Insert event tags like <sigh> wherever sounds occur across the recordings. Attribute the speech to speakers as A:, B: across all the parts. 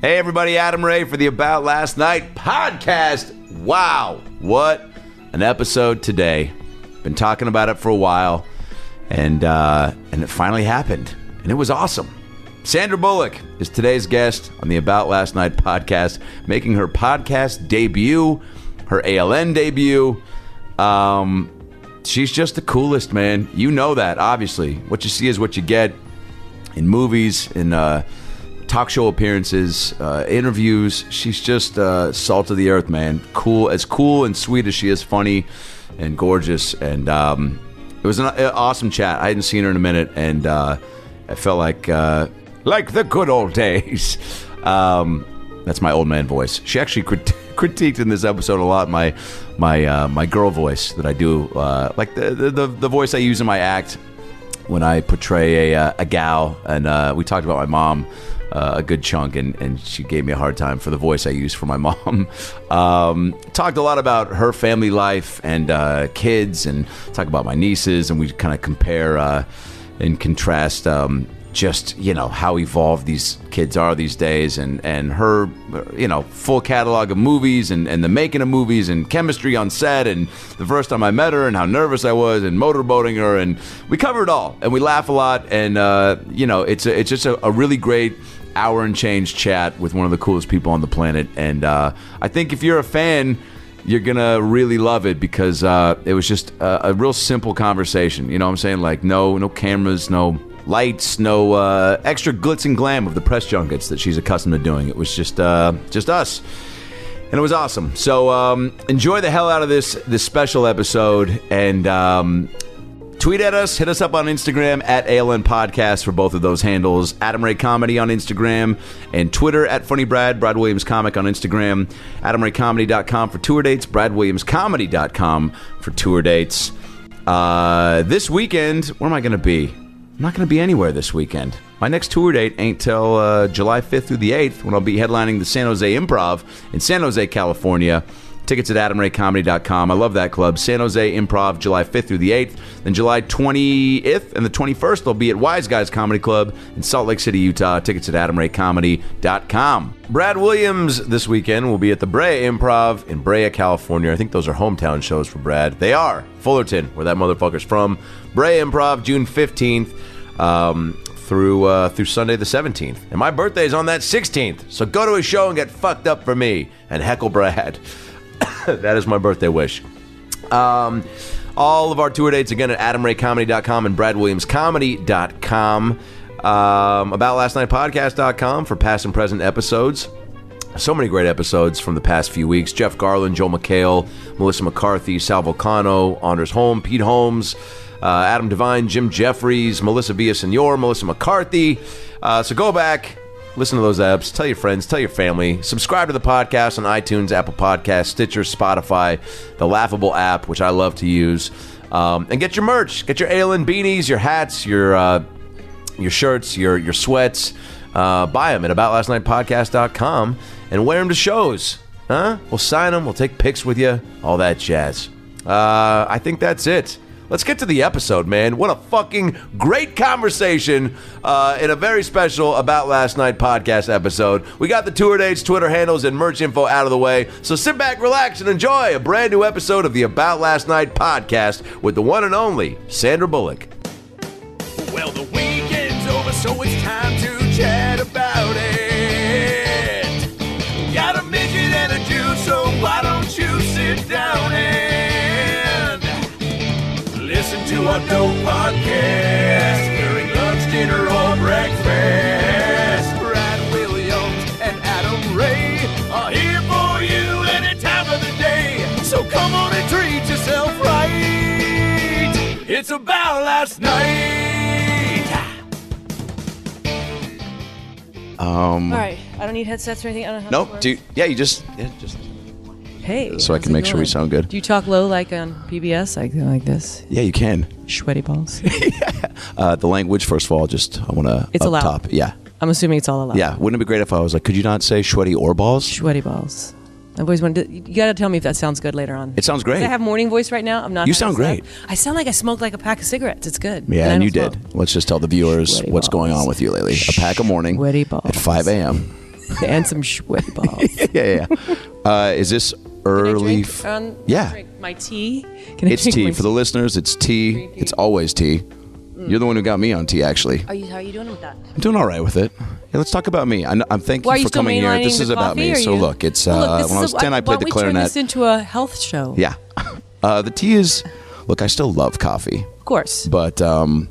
A: Hey, everybody, Adam Ray for the About Last Night podcast. Wow, what an episode today. Been talking about it for a while, and, uh, and it finally happened, and it was awesome. Sandra Bullock is today's guest on the About Last Night podcast, making her podcast debut, her ALN debut. Um, she's just the coolest, man. You know that, obviously. What you see is what you get in movies, in uh, talk show appearances, uh, interviews. She's just uh, salt of the earth, man. Cool, as cool and sweet as she is, funny and gorgeous. And um, it was an a- awesome chat. I hadn't seen her in a minute, and uh, I felt like uh, like the good old days. <laughs> Um, that's my old man voice. She actually crit- <laughs> critiqued in this episode a lot my my uh, my girl voice that I do, uh, like the, the the the voice I use in my act when I portray a uh, a gal. And uh, we talked about my mom uh, a good chunk, and and she gave me a hard time for the voice I use for my <laughs> mom. Um, talked a lot about her family life and uh, kids, and talk about my nieces, and we kind of compare. Uh, and contrast um, just you know how evolved these kids are these days and and her you know full catalog of movies and and the making of movies and chemistry on set and the first time i met her and how nervous i was and motorboating her and we cover it all and we laugh a lot and uh, you know it's a, it's just a, a really great hour and change chat with one of the coolest people on the planet and uh, i think if you're a fan you're gonna really love it because uh, it was just a, a real simple conversation. You know what I'm saying? Like no, no cameras, no lights, no uh, extra glitz and glam of the press junkets that she's accustomed to doing. It was just uh, just us, and it was awesome. So um, enjoy the hell out of this this special episode and. Um, Tweet at us, hit us up on Instagram at ALN Podcast for both of those handles. Adam Ray Comedy on Instagram and Twitter at Funny Brad, Brad Williams Comic on Instagram, AdamRayComedy.com for tour dates, BradWilliamsComedy.com for tour dates. Uh, this weekend, where am I going to be? I'm not going to be anywhere this weekend. My next tour date ain't till uh, July 5th through the 8th when I'll be headlining the San Jose Improv in San Jose, California. Tickets at adamraycomedy.com. I love that club. San Jose Improv, July 5th through the 8th. Then July 20th and the 21st, they'll be at Wise Guys Comedy Club in Salt Lake City, Utah. Uh, Tickets at adamraycomedy.com. Brad Williams this weekend will be at the Brea Improv in Brea, California. I think those are hometown shows for Brad. They are. Fullerton, where that motherfucker's from. Brea Improv, June 15th. Um, through uh, through Sunday the 17th. And my birthday is on that 16th. So go to a show and get fucked up for me and heckle Brad. <coughs> that is my birthday wish. Um, all of our tour dates again at adamraycomedy.com and bradwilliamscomedy.com. Um, about last night podcast.com for past and present episodes. So many great episodes from the past few weeks. Jeff Garland, Joe McHale, Melissa McCarthy, Sal Volcano, Anders Holm, Pete Holmes, uh, Adam Devine, Jim Jeffries, Melissa Villasenor, Melissa McCarthy. Uh, so go back, listen to those apps, tell your friends, tell your family, subscribe to the podcast on iTunes, Apple Podcasts, Stitcher, Spotify, the Laughable app, which I love to use. Um, and get your merch, get your alien beanies, your hats, your uh, your shirts, your your sweats. Uh, buy them at aboutlastnightpodcast.com and wear them to shows. Huh? We'll sign them. We'll take pics with you. All that jazz. Uh, I think that's it. Let's get to the episode, man. What a fucking great conversation uh, in a very special About Last Night podcast episode. We got the tour dates, Twitter handles, and merch info out of the way. So sit back, relax, and enjoy a brand new episode of the About Last Night podcast with the one and only Sandra Bullock.
B: Well, the weekend's over, so it's time to chat about it. Got a midget and a Jew, so why don't you sit down and listen to our dope podcast during lunch, dinner, or breakfast? Brad Williams and Adam Ray are here for you any time of the day, so come on and treat yourself right. It's about last night.
C: All right, I don't need headsets or anything. I don't have
A: Nope.
C: to
A: Do yeah, you just yeah, just
C: Hey.
A: So I
C: how's
A: can
C: it
A: make sure we
C: going?
A: sound good.
C: Do you talk low like on PBS, like like this?
A: yeah, you can.
C: Sweaty
A: <laughs>
C: balls.
A: Uh, the language, first of all, just I want to
C: It's
A: up
C: allowed.
A: top. Yeah,
C: I'm assuming it's all allowed.
A: yeah. Wouldn't it be great if I was like, could you not say shwetty or balls?
C: Sweaty balls. I've always wanted. To, you gotta tell me if that sounds good later on.
A: It sounds great.
C: I have morning voice right now. I'm not.
A: You
C: high
A: sound
C: as fuck.
A: great.
C: I sound like I smoked like a pack of cigarettes. It's good.
A: yeah,
C: I
A: and
C: don't
A: you
C: smoke.
A: did. Let's just tell the viewers
C: Sweaty
A: what's going
C: balls.
A: on with you lately. A pack of morning
C: <laughs> Sweaty balls.
A: at 5 a.m.
C: and some schway balls.
A: yeah, yeah. Uh, is this <laughs> early?
C: Drink,
A: f-
C: um, can I
A: yeah,
C: drink my tea. Can I
A: it's
C: drink
A: tea
C: my
A: for the listeners. It's tea. It's always tea.
C: Mm.
A: You're the one who got me on tea, actually.
C: Are you, how are you doing with that?
A: I'm doing all right with it. Yeah, let's talk about me. I know, I'm thank you
C: Why are you
A: for
C: still
A: coming here.
C: mainlining
A: This
C: the
A: is about
C: coffee,
A: me.
C: or
A: So
C: you-
A: look, it's uh,
C: Well, look, this
A: when I
C: is
A: was
C: a-
A: ten, I
C: why
A: played
C: don't
A: the
C: we Turn
A: clarinet.
C: this into a health show.
A: yeah, <laughs> uh, the tea is. Look, I still love coffee,
C: Of course,
A: but um,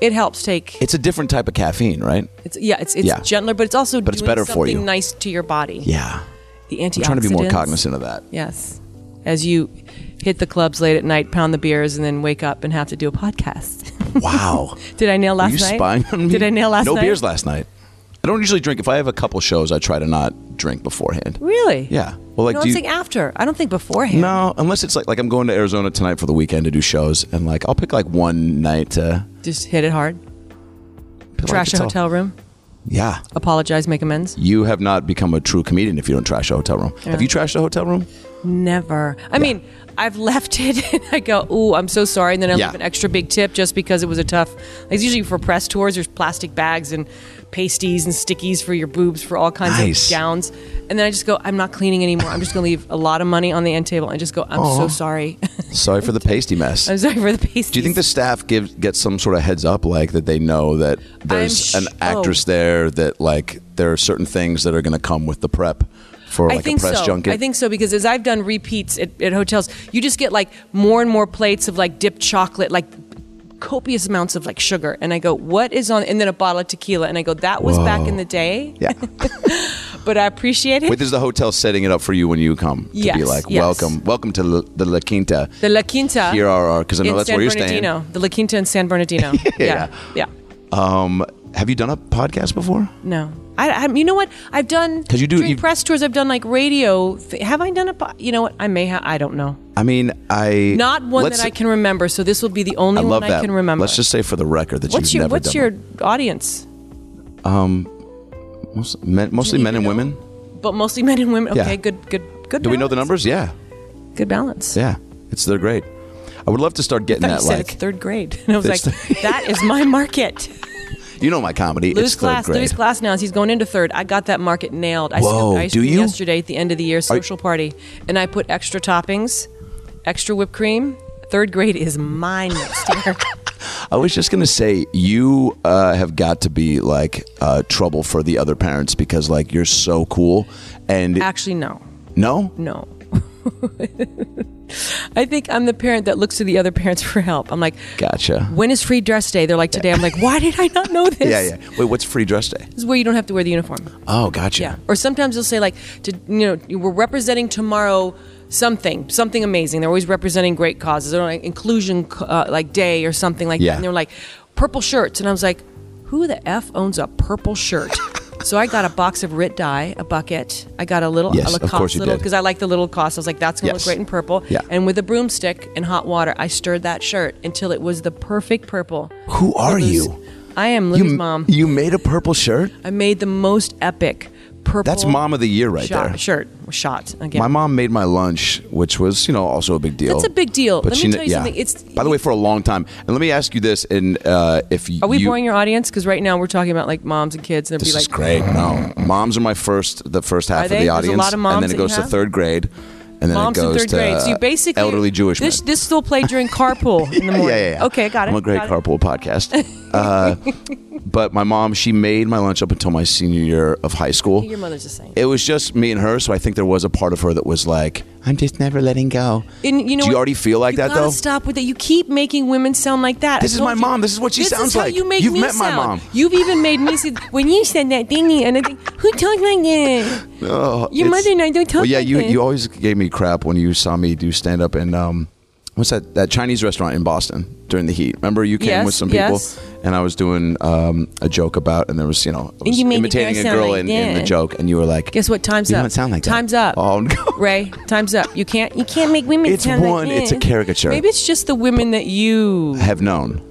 C: it helps take.
A: it's a different type of caffeine, right?
C: It's yeah, it's it's
A: Yeah.
C: gentler, but it's also
A: But it's
C: doing
A: better for
C: something
A: you.
C: nice to your body.
A: Yeah,
C: The
A: I'm
C: antioxidants.
A: trying to be more cognizant of that.
C: Yes, as you hit the clubs late at night, pound the beers, and then wake up and have to do a podcast.
A: <laughs>
C: <laughs>
A: Wow.
C: Did I nail
A: Are
C: last
A: you
C: night?
A: spying on me?
C: Did I nail last
A: no
C: night?
A: No beers last night. I don't usually drink. If I have a couple shows, I try to not drink beforehand.
C: Really?
A: Yeah. Well, like,
C: no,
A: do
C: I'm
A: you,
C: saying after. I don't think beforehand.
A: no, unless it's like like I'm going to Arizona tonight for the weekend to do shows, and like I'll pick like one night to
C: Just hit it hard.
A: like,
C: Trash
A: it's
C: a
A: all-
C: hotel room.
A: Yeah.
C: Apologize. Make amends.
A: You have not become a true comedian if you don't trash a hotel room. Have you trashed a hotel room?
C: Never. I mean, I've left it <laughs> and I go, ooh, I'm so sorry. And then I
A: Yeah.
C: leave an extra big tip just because it was a tough. It's usually for press tours, there's plastic bags and pasties and stickies for your boobs for all kinds
A: Nice.
C: of gowns. And then I just go, I'm not cleaning anymore. I'm just going to leave a lot of money on the end table and just go, I'm so sorry. <laughs>
A: Sorry for the pasty mess.
C: I'm sorry for the pasties.
A: Do you think the staff gives gets some sort of heads up, like that they know that there's
C: sh-
A: an actress
C: oh.
A: there that like there are certain things that are going to come with the prep for like
C: I think
A: a press
C: so.
A: junket?
C: I think so because as I've done repeats at, at hotels, you just get like more and more plates of like dipped chocolate, like copious amounts of like sugar. And I go, what is on? And then a bottle of tequila. And I go, that was back in the day, <laughs>
A: Yeah.
C: but I appreciate it.
A: Wait, this is the hotel setting it up for you when you come to be
C: Yes,
A: like,
C: yes.
A: welcome, welcome to La- the La Quinta.
C: the La Quinta
A: Here are our because I know
C: in
A: that's
C: San
A: where you're
C: Bernardino. The La Quinta in San
A: <laughs>
C: Bernardino. yeah. Yeah.
A: staying. Um, have you done a podcast before?
C: No. I, I, you know what? I've done
A: 'Cause you do-
C: during
A: you-
C: press tours. I've done like radio. Th- have I done a? po- You know what? I may have. I don't know.
A: I mean, I
C: Not one
A: let's-
C: that I can remember. So this will be the only
A: I love
C: one
A: that.
C: I can remember.
A: Let's just say for the record that
C: What's
A: you've
C: your
A: never
C: What's
A: done
C: your audience?
A: one. Most- men, mostly
C: you
A: men and
C: know?
A: women.
C: But mostly men and women.
A: Yeah.
C: Okay, good, good, good.
A: Do we know the
C: balance.
A: numbers? Yeah,
C: Good balance.
A: yeah. It's they're great. I would love to start getting
C: I
A: that
C: thought you said
A: like
C: it's third grade, <laughs> and I was
A: It's <laughs>
C: like, "That is my market."
A: You know my comedy.
C: Louis
A: it's third
C: class,
A: grade.
C: Louis class now. as He's going into third. I got that market nailed. I
A: Whoa,
C: scooped ice
A: do
C: cream
A: you?
C: yesterday at the end of the year social party, and I put extra toppings, extra whipped cream. Third grade is mine next
A: <laughs>
C: year.
A: I was just gonna say you uh, have got to be like uh, trouble for the other parents because like you're so cool and
C: Actually, no,
A: no.
C: no. <laughs> I think I'm the parent that looks to the other parents for help. I'm like,
A: Gotcha.
C: when is free dress day? They're like today. I'm like, why did I not know
A: <laughs>
C: this?
A: Yeah, yeah. Wait, what's free dress day?
C: This is where you don't have to wear the uniform.
A: Oh, gotcha.
C: Yeah. Or sometimes they'll say like, to, you know, we're representing tomorrow something, something amazing. They're always representing great causes or like inclusion uh, like day or something like
A: Yeah.
C: that. And they're like, purple shirts, and I was like, who the f owns a purple shirt?
A: <laughs>
C: so I got a box of Rit dye, a bucket. I got a little,
A: Yes,
C: a
A: of
C: Lacoste
A: course you
C: little
A: did.
C: because I like the little Lacoste. I was like, that's gonna
A: Yes.
C: look great in purple.
A: Yeah.
C: And with a broomstick and hot water, I stirred that shirt until it was the perfect purple.
A: Who are
C: Lou's-
A: you?
C: I am
A: You
C: Lou's mom.
A: you made a purple shirt.
C: I made the most epic purple.
A: That's mom of the year right
C: shot,
A: there.
C: Shirt shot again.
A: My mom made my lunch, which was, you know, also a big deal.
C: That's a big deal.
A: But
C: Let
A: she
C: me
A: kn-
C: tell you
A: yeah.
C: something. It's-
A: by the way for a long time. And let me ask you this: and uh, if
C: Are we
A: you,
C: boring your audience? Because right now we're talking about like moms and kids, and it'd
A: This
C: be like,
A: is great. No, moms are my first, the first half
C: Are
A: of the
C: they? There's a
A: audience,
C: lot of moms
A: and then
C: that
A: it
C: you
A: goes to
C: have?
A: third grade, and then
C: moms
A: it goes
C: in third
A: to
C: grade. So you
A: uh,
C: basically
A: elderly Jewish
C: This
A: men.
C: this still played during carpool in the
A: <laughs>
C: morning.
A: yeah, yeah, yeah.
C: Okay, got it.
A: I'm a great
C: got it.
A: carpool
C: <laughs>
A: podcast. Uh, but my mom, she made my lunch up until my senior year of high school.
C: Your mother's the same.
A: It was just me and her, so I think there was a part of her that was like, "I'm just never letting go."
C: And you know,
A: Do you
C: what?
A: already feel like
C: You
A: that
C: gotta
A: though?
C: Stop with that. You keep making women sound like that.
A: This
C: I
A: is
C: told
A: my
C: you.
A: mom. This is what she
C: This
A: sounds
C: is how
A: like.
C: You make
A: You've
C: me
A: met my
C: sound.
A: mom.
C: You've even made me say when you said that thingy, and I think who
A: <laughs>
C: talked like that?
A: Oh,
C: Your
A: it's-
C: mother and I don't talk
A: Well, yeah,
C: like
A: you
C: that.
A: you always gave me crap when you saw me do stand up in um, what's that that Chinese restaurant in Boston during the heat? Remember you came
C: Yes,
A: with some people,
C: yes.
A: and I was doing um, a joke about, and there was you know I was
C: you made the
A: imitating
C: girl
A: a
C: sound
A: girl
C: like
A: in, in the
C: that.
A: joke, and you were like,
C: Guess what? Time's
A: you
C: up.
A: Don't sound like that.
C: Time's up.
A: Oh no.
C: Ray, time's up. You can't. <laughs> You can't make women.
A: It's
C: sound like
A: one- it's a
C: this.
A: caricature.
C: Maybe it's just the women that
A: <sighs>
C: you,
A: Have known.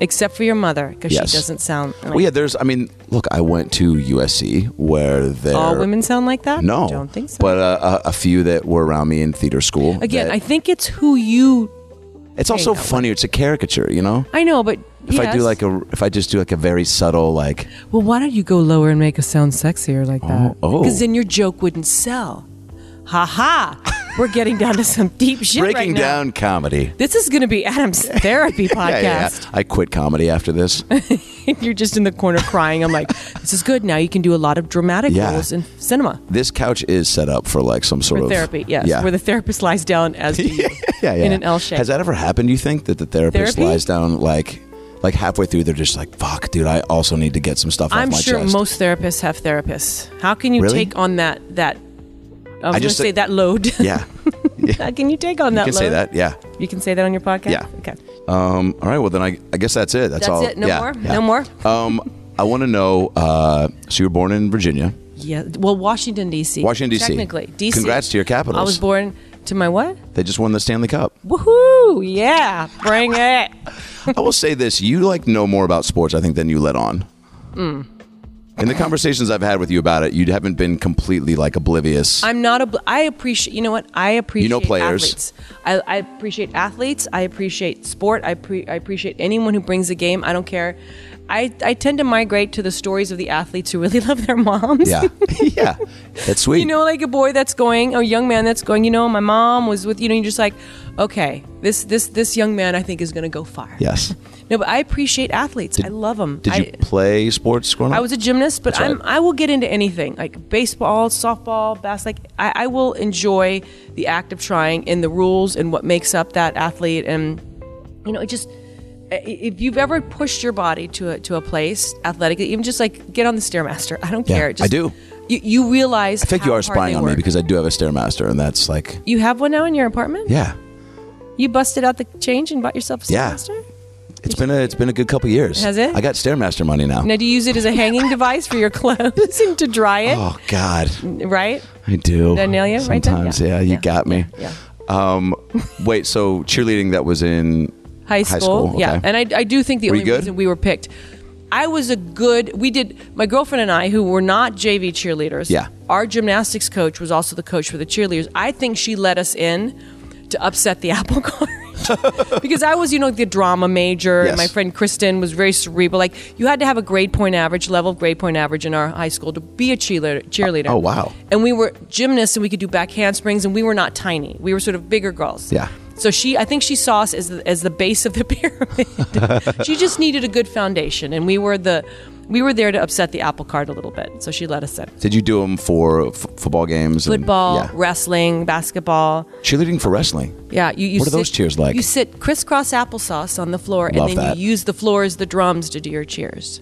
C: except for your mother, because
A: Yes.
C: she doesn't sound. Like,
A: Well, yeah. There's. I mean, look. I went to USC where there.
C: all women sound like that.
A: No,
C: don't think so.
A: But uh, a, a few that were around me in theater school.
C: again,
A: that-
C: I think it's who you.
A: it's also
C: that
A: funnier. It's a caricature, you know.
C: I know, but
A: If I do
C: Yes.
A: like a, if I just do like a very subtle like,
C: Well, why don't you go lower and make us sound sexier like that?
A: Oh, oh.
C: Because then your joke wouldn't sell. Ha
A: <laughs>
C: ha. We're getting down to some deep shit right
A: breaking
C: now.
A: down comedy.
C: This is going to be Adam's therapy podcast.
A: <laughs> Yeah, yeah, yeah. I quit comedy after
C: <laughs>
A: this.
C: You're just in the corner crying. I'm like, this is good. Now you can do a lot of dramatic
A: Yeah.
C: roles in cinema
A: this couch is set up for like some sort
C: for
A: of
C: therapy. Yes,
A: Yeah.
C: <laughs> where the therapist lies down as do you.
A: <laughs> yeah, yeah.
C: in an L shape.
A: Has that ever happened? Do you think that the therapist
C: Therapy?
A: lies down like, like halfway through? They're just like, "Fuck, dude, I also need to get some stuff
C: I'm
A: off my
C: sure
A: chest."
C: most therapists have therapists. How can you
A: Really?
C: take on that that? I was going to
A: just-
C: say that load.
A: <laughs> <laughs>
C: <laughs>
A: yeah, you
C: How can you take on that
A: can
C: load?
A: say that. Yeah.
C: You can say that on your podcast.
A: Yeah.
C: Okay.
A: Um, all right. Well, then I, I guess that's it. That's,
C: That's
A: all.
C: it. No
A: Yeah,
C: more?
A: yeah.
C: No more?
A: Um, I want to know. Uh, so you were born in Virginia.
C: Yeah. Well, Washington D.C.
A: Washington, D.C..
C: Technically, D.C.
A: Congrats to your Capitals.
C: I was born to my what?
A: They just won the Stanley Cup.
C: Woohoo! Yeah, bring it.
A: I will say this: you like know more about sports, I think, than you let on.
C: Mm.
A: In the conversations I've had with you about it, you haven't been completely like oblivious.
C: I'm not a. I appreciate. You know what? I appreciate.
A: players.
C: Athletes. I, I appreciate athletes. I appreciate sport. I, pre, I appreciate anyone who brings a game. I don't care. I, I tend to migrate to the stories of the athletes who really <laughs> love their moms.
A: yeah, <laughs> yeah, that's sweet.
C: <laughs> you know, like a boy that's going, or a young man that's going. You know, my mom was with. You know, you're just like, okay, this this this young man I think is going to go far.
A: yes.
C: No, but I appreciate athletes. I love them.
A: Did
C: I,
A: you play sports growing up?
C: I was a gymnast, but
A: That's right.
C: I'm, I will get into anything like baseball, softball, bass. Like I, I will enjoy the act of trying and the rules and what makes up that athlete. And you know, it just i- if you've ever pushed your body to a, to a place athletically, even just like get on the stairmaster. <laughs> I don't
A: Yeah,
C: care. It
A: I
C: Just,
A: do.
C: You, you
A: I
C: realize.
A: think you are spying on me because I do have a stairmaster, and that's like,
C: you have one now in your apartment.
A: yeah,
C: You busted out the change and bought yourself a
A: Yeah.
C: stairmaster.
A: it's been a it's been a good couple years.
C: Has it?
A: I got stairmaster money now.
C: Now, do you use it as a hanging
A: <laughs>
C: device for your clothes <laughs> and to dry it?
A: Oh God,
C: Right.
A: I do.
C: Did I nail you right then?
A: Sometimes,
C: Yeah.
A: yeah, you
C: Yeah.
A: got me.
C: Yeah.
A: Um, wait, so cheerleading that was in
C: high school.
A: school,
C: Yeah,
A: okay.
C: and I, I do think the
A: Were you
C: only
A: good?
C: reason we were picked, I was a good. We did my girlfriend and I, who were not JV cheerleaders.
A: Yeah.
C: our gymnastics coach was also the coach for the cheerleaders. I think she let us in to upset the <laughs> apple cart. because I was, you know, the drama major,
A: Yes.
C: and my friend Kristen was very cerebral. Like, you had to have a grade point average, level of grade point average in our high school to be a cheerleader. cheerleader.
A: Oh, wow.
C: And we were gymnasts, and we could do back handsprings, and we were not tiny. We were sort of bigger girls.
A: Yeah.
C: So she, I think she saw us as the, as the base of the <laughs> pyramid. she just needed a good foundation, and we were the we were there to upset the apple cart a little bit. So she let us in.
A: Did you do them for f- football games? and-
C: Football,
A: yeah.
C: wrestling, basketball.
A: cheerleading for wrestling.
C: Yeah, you. you
A: What are
C: sit-
A: those cheers like?
C: You sit crisscross applesauce on the floor,
A: Love
C: and then
A: that.
C: you use the floor as the drums to do your cheers.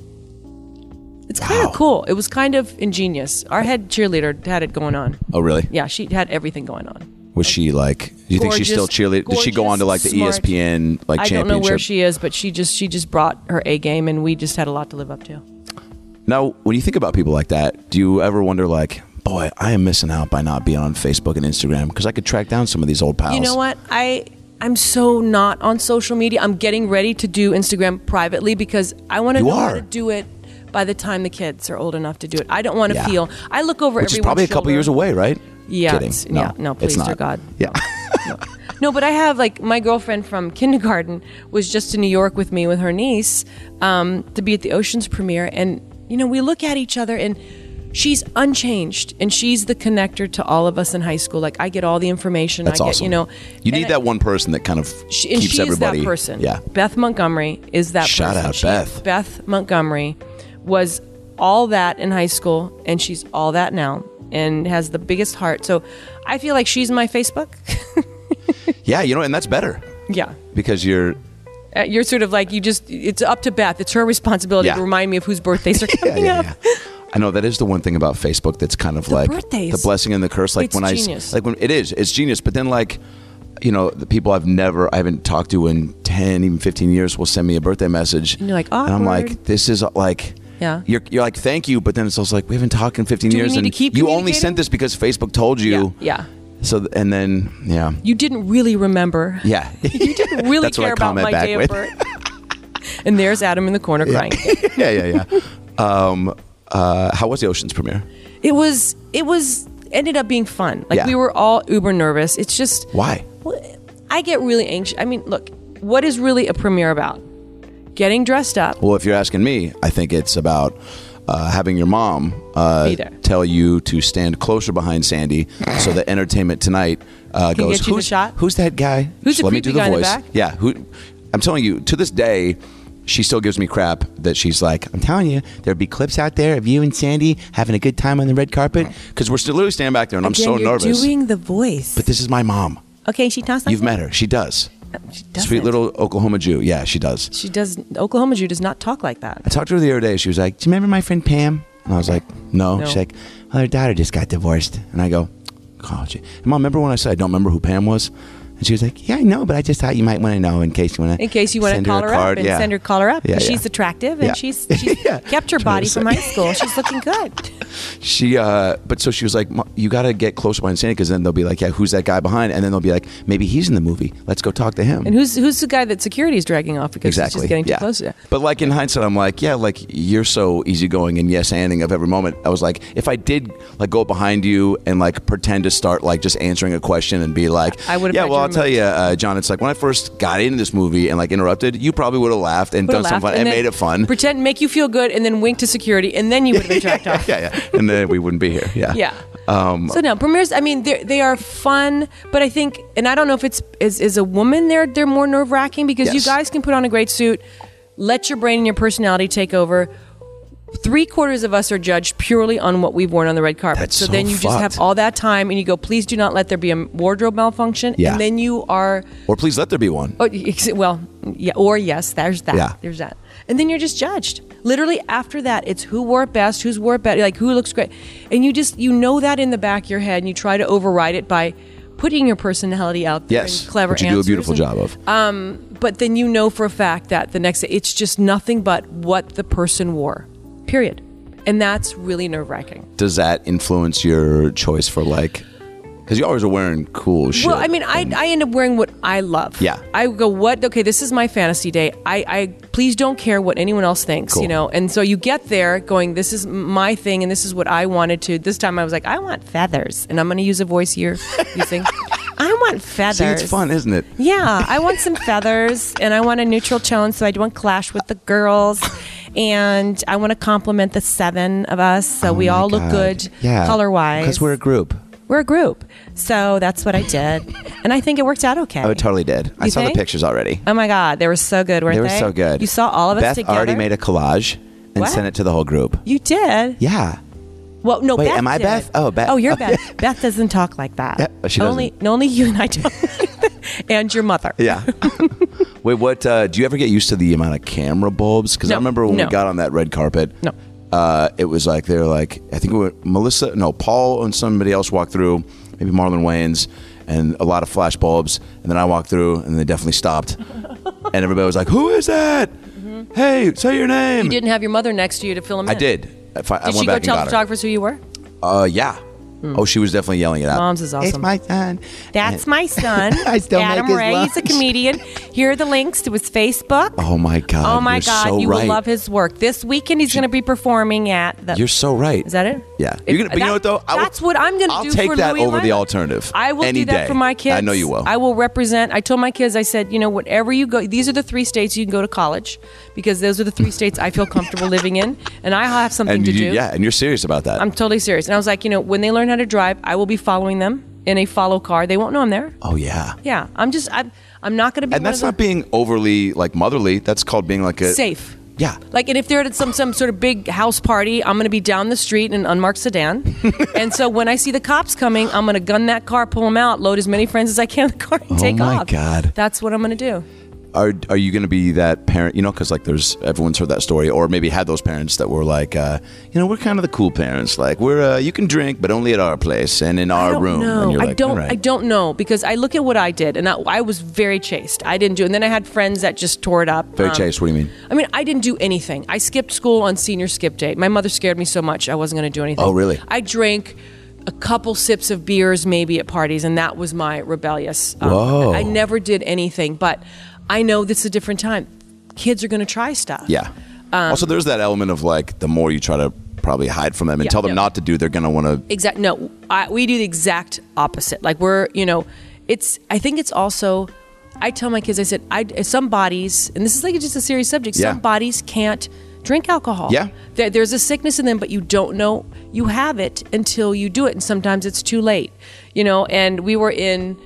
C: It's kind
A: Wow.
C: of cool. It was kind of ingenious. Our head cheerleader had it going on.
A: Oh, really?
C: Yeah, she had everything going on.
A: Was she like? Do you think she's still
C: Gorgeous,
A: cheerleading? Did she go
C: gorgeous,
A: on to like the E
C: smart.
A: ESPN like
C: I
A: championship?
C: don't know where she is, but she just she just brought her A game, and we just had a lot to live up to.
A: Now, when you think about people like that, do you ever wonder like, boy, I am missing out by not being on Facebook and Instagram because I could track down some of these old pals.
C: You know what? I I'm so not on social media. I'm getting ready to do Instagram privately because I want to
A: You
C: know
A: are.
C: how to do it by the time the kids are old enough to do it. I don't want to
A: Yeah.
C: feel. I look over.
A: Which is
C: everyone's
A: probably a couple
C: shoulder.
A: years away, right?
C: Yeah.
A: Kidding.
C: it's-
A: No,
C: yeah. No.
A: it's
C: Please,
A: not.
C: dear God.
A: Yeah.
C: No, but I have like my girlfriend from kindergarten was just in New York with me with her niece um, to be at the Ocean's premiere, and you know we look at each other and she's unchanged and she's the connector to all of us in high school. Like I get all the
A: <laughs>
C: information.
A: That's
C: I get
A: awesome.
C: you know
A: you
C: and
A: need
C: I-
A: that one person that kind of
C: she, and
A: keeps
C: she
A: everybody.
C: is that person.
A: Yeah.
C: Beth Montgomery is that
A: Shout
C: person.
A: out,
C: She-
A: Beth.
C: Beth Montgomery was all that in high school, and she's all that now, and has the biggest heart. So I feel like she's my Facebook. <laughs>
A: Yeah, you know, and that's better
C: yeah.
A: because you're.
C: Uh, You're sort of like you just—it's up to Beth. It's her responsibility
A: Yeah.
C: to remind me of whose birthdays
A: <laughs>
C: are
A: Yeah,
C: coming
A: yeah,
C: up.
A: yeah. I know that is the one thing about Facebook that's kind of like
C: birthdays.
A: the blessing and the curse. Like
C: It's
A: when
C: genius.
A: I like when it is, it's genius. But then like, you know, the people I've never, I haven't talked to in ten, even fifteen years will send me a birthday message,
C: And you're like,
A: and I'm like,
C: awkward.
A: this is uh, like.
C: Yeah.
A: You're, you're like, thank you, but then it's also like, we haven't talked in 15
C: we
A: years,
C: need
A: and
C: to keep
A: you only sent
C: communicating?
A: this because Facebook told you.
C: Yeah, yeah.
A: So, th- and then, yeah.
C: You didn't really remember.
A: Yeah.
C: You didn't really
A: That's what
C: care
A: I
C: about
A: comment
C: my
A: back
C: day
A: with.
C: of birth. <laughs> and there's Adam in the corner crying.
A: <laughs> yeah, yeah, yeah. Um, uh, how was the Ocean's premiere?
C: it was it was ended up being fun like
A: Yeah.
C: we were all uber nervous it's just
A: Why?
C: well, i get really anxious i mean look what is really a premiere about getting dressed up.
A: Well, if you're asking me, I think it's about uh, having your mom uh,
C: Be there.
A: tell you to stand closer behind Sandy so that Entertainment Tonight uh,
C: Can
A: goes,
C: get you the
A: who's,
C: shot?"
A: who's that guy?
C: Who's
A: Just
C: the
A: let me do
C: creepy
A: the
C: guy in the
A: voice.
C: back?
A: Yeah, who? I'm telling you, to this day, she still gives me crap that she's like, I'm telling you, there'd be clips out there of you and Sandy having a good time on the red carpet because we're still literally standing back there and I'm so
C: Again, you're
A: nervous.
C: doing the voice.
A: but this is my mom.
C: okay, she talks like
A: You've
C: that?
A: met her. She does.
C: She doesn't.
A: Sweet little Oklahoma Jew. Yeah, she does.
C: She does. Oklahoma Jew does not talk like that.
A: I talked to her the other day. She was like, "Do you remember my friend Pam?" And I was like, "No."
C: No.
A: She's like, "Well, her daughter just got divorced." And I go, "Oh, gee. Mom, remember when I said I don't remember who Pam was?" And she was like, "Yeah, I know, but I just thought you might want to know in case you want to
C: In case you want to call her, up and send her call her up.
A: Yeah,
C: she's
A: yeah.
C: attractive and
A: Yeah. <laughs>
C: she's, she's
A: Yeah.
C: kept her
A: Trying to
C: body from
A: say-
C: high school. She's looking good.
A: <laughs> She, uh, but so she was like, "Mom, "You got to get close behind Sandy because then they'll be like, yeah, who's that guy behind?' And then they'll be like, maybe he's in the movie. Let's go talk to him."
C: And who's who's the guy that security is dragging off because
A: Exactly.
C: she's just getting too
A: yeah.
C: close to that?
A: But like in hindsight, I'm like, yeah, like you're so easygoing and yes anding of every moment. I was like, if I did like go behind you and like pretend to start like just answering a question and be like,
C: I would've
A: yeah,
C: had
A: well,
C: you
A: I'll tell you, uh, John, it's like when I first got into this movie and like interrupted, you probably would have laughed and
C: Would've
A: done something fun
C: laughed
A: and,
C: then
A: made it fun. <laughs>
C: Pretend, make you feel good, and then wink to security, and then you would have been jacked off.
A: yeah, yeah. And then we wouldn't be here. Yeah. Um,
C: Yeah. so now premieres, I mean, they're- they are fun, but I think, and I don't know if it's is is a woman they're they're more nerve wracking because you
A: Yes.
C: guys can put on a great suit, let your brain and your personality take over. Three quarters of us are judged purely on what we've worn on the red carpet.
A: That's so
C: then you just
A: fucked.
C: have all that time, and you go, please do not let there be a wardrobe malfunction,
A: Yeah.
C: and then you are.
A: Or please let there be one.
C: Oh, ex- well, yeah, or yes, there's that.
A: Yeah.
C: There's that. And then you're just judged. Literally after that, it's who wore it best, who's wore it best, like who looks great. And you just, you know that in the back of your head and you try to override it by putting your personality out there
A: Yes.
C: and clever
A: Which you do a
C: answers Um,
A: beautiful
C: and-
A: job of.
C: But then you know for a fact that the next day, it's just nothing but what the person wore, period. And that's really nerve wracking.
A: Does that influence your choice for like, because you always are wearing cool shit.
C: Well, I mean, I, I end up wearing what I love.
A: Yeah.
C: I go, what? Okay, this is my fantasy day. I, I please don't care what anyone else thinks,
A: Cool.
C: you know? And so you get there going, this is my thing and this is what I wanted to. This time I was like, I want feathers. And I'm going to use a voice here
A: <laughs>
C: using, I want feathers.
A: See, it's fun, isn't it?
C: Yeah, I want some feathers and I want a neutral tone so I don't clash with the girls. And I want to compliment the seven of us so we
A: Oh my
C: all look
A: God.
C: good
A: yeah.
C: color wise
A: Because we're a group.
C: we're a group. So that's what I did. And I think it worked out okay.
A: Oh, it totally did. I
C: You
A: saw
C: think?
A: the pictures already.
C: Oh my God, they were so good, weren't
A: They
C: they?
A: were so good.
C: You saw all of us
A: Beth
C: together.
A: already made a collage and
C: What?
A: sent it to the whole group.
C: You did?
A: Yeah.
C: Well, no,
A: Wait,
C: Beth
A: am I
C: did.
A: Beth? Oh, Beth.
C: Oh, you're
A: Oh, <laughs>
C: Beth. Beth doesn't talk like that.
A: Yeah, oh, she
C: only,
A: doesn't.
C: Only you and I do. <laughs> and your mother.
A: Yeah. <laughs> Wait, what? Uh, do you ever get used to the amount of camera bulbs? Because I
C: No,
A: remember when
C: no.
A: we got on that red carpet.
C: No.
A: Uh, it was like they're like I think it was Melissa, no Paul, and somebody else walked through, maybe Marlon Wayans, and a lot of flash bulbs, and then I walked through, and they definitely stopped,
C: <laughs>
A: and everybody was like, "Who is that?
C: Mm-hmm.
A: Hey, say your name."
C: You didn't have your mother next to you to fill them in.
A: I did. I, fi- I
C: Did
A: went back
C: she go
A: and
C: tell
A: got
C: the
A: her.
C: photographers who you were?
A: Uh, yeah. Oh, she was definitely yelling it out.
C: Mom's is awesome.
A: son.
C: That's my son,
A: <laughs> I still make
C: Adam
A: his
C: Ray. He's a
A: lunch.
C: comedian. Here are the links to his Facebook.
A: Oh my god.
C: Oh my
A: you're
C: God,
A: So
C: you
A: right.
C: will love his work. This weekend he's going to be performing at the.
A: You're so right.
C: Is that it?
A: Yeah.
C: It-
A: You're gonna, but you know
C: that-
A: what though? will-
C: that's what I'm gonna
A: I'll
C: do
A: take
C: for
A: that
C: Louis
A: over the
C: Lima.
A: alternative.
C: I will
A: any
C: do that
A: day.
C: for my kids.
A: I know you will.
C: I will represent. I told my kids, I said, you know, whatever you go, these are the three states you can go to college because those are the three states I feel comfortable living in, and I have
A: <laughs>
C: something
A: and
C: to
A: you,
C: do.
A: yeah, and you're serious about that.
C: I'm totally serious. And I was like, you know, when they learn how to drive, I will be following them in a follow car. They won't know I'm there.
A: oh yeah.
C: Yeah, I'm just, I'm, I'm not going to be.
A: And
C: one
A: that's
C: of
A: not uh, being overly like motherly. That's called being like a
C: the, safe.
A: Yeah.
C: Like, and if they're at some some sort of big house party, I'm going to be down the street in an
A: <laughs>
C: unmarked sedan. and so when I see the cops coming, I'm going to gun that car, pull them out, load as many friends as I can in the car, and
A: Oh
C: take
A: my
C: off.
A: God.
C: That's what I'm going to do.
A: Are are you going to be that parent? You know, because like there's everyone's heard that story, or maybe had those parents that were like, uh, you know, we're kind of the cool parents. Like we're uh, you can drink, but only at our place and in our
C: I don't
A: room.
C: Know.
A: And you're
C: I
A: like,
C: don't.
A: "All right."
C: I don't know because I look at what I did, and I, I was very chaste. I didn't do, and then I had friends that just tore it up.
A: Very
C: Um,
A: chaste. What do you mean?
C: I mean, I didn't do anything. I skipped school on senior skip day. My mother scared me so much, I wasn't going to do anything.
A: Oh, really?
C: I drank a couple sips of beers maybe at parties, and that was my rebellious. um,
A: Whoa.
C: I never did anything, but I know this is a different time. Kids are going to try stuff.
A: Yeah.
C: um,
A: also, there's that element of like the more you try to probably hide from them and
C: Yeah,
A: tell them
C: no.
A: not to do, they're gonna want
C: <laughs>
A: to.
C: Exact. No, I, we do the exact opposite. Like we're, you know, it's. I think it's also I tell my kids, I said, I, some bodies, and this is like just a serious subject, some
A: Yeah.
C: bodies can't drink alcohol.
A: Yeah.
C: There, there's a sickness in them, but you don't know you have it until you do it. And sometimes it's too late, you know. And we were in,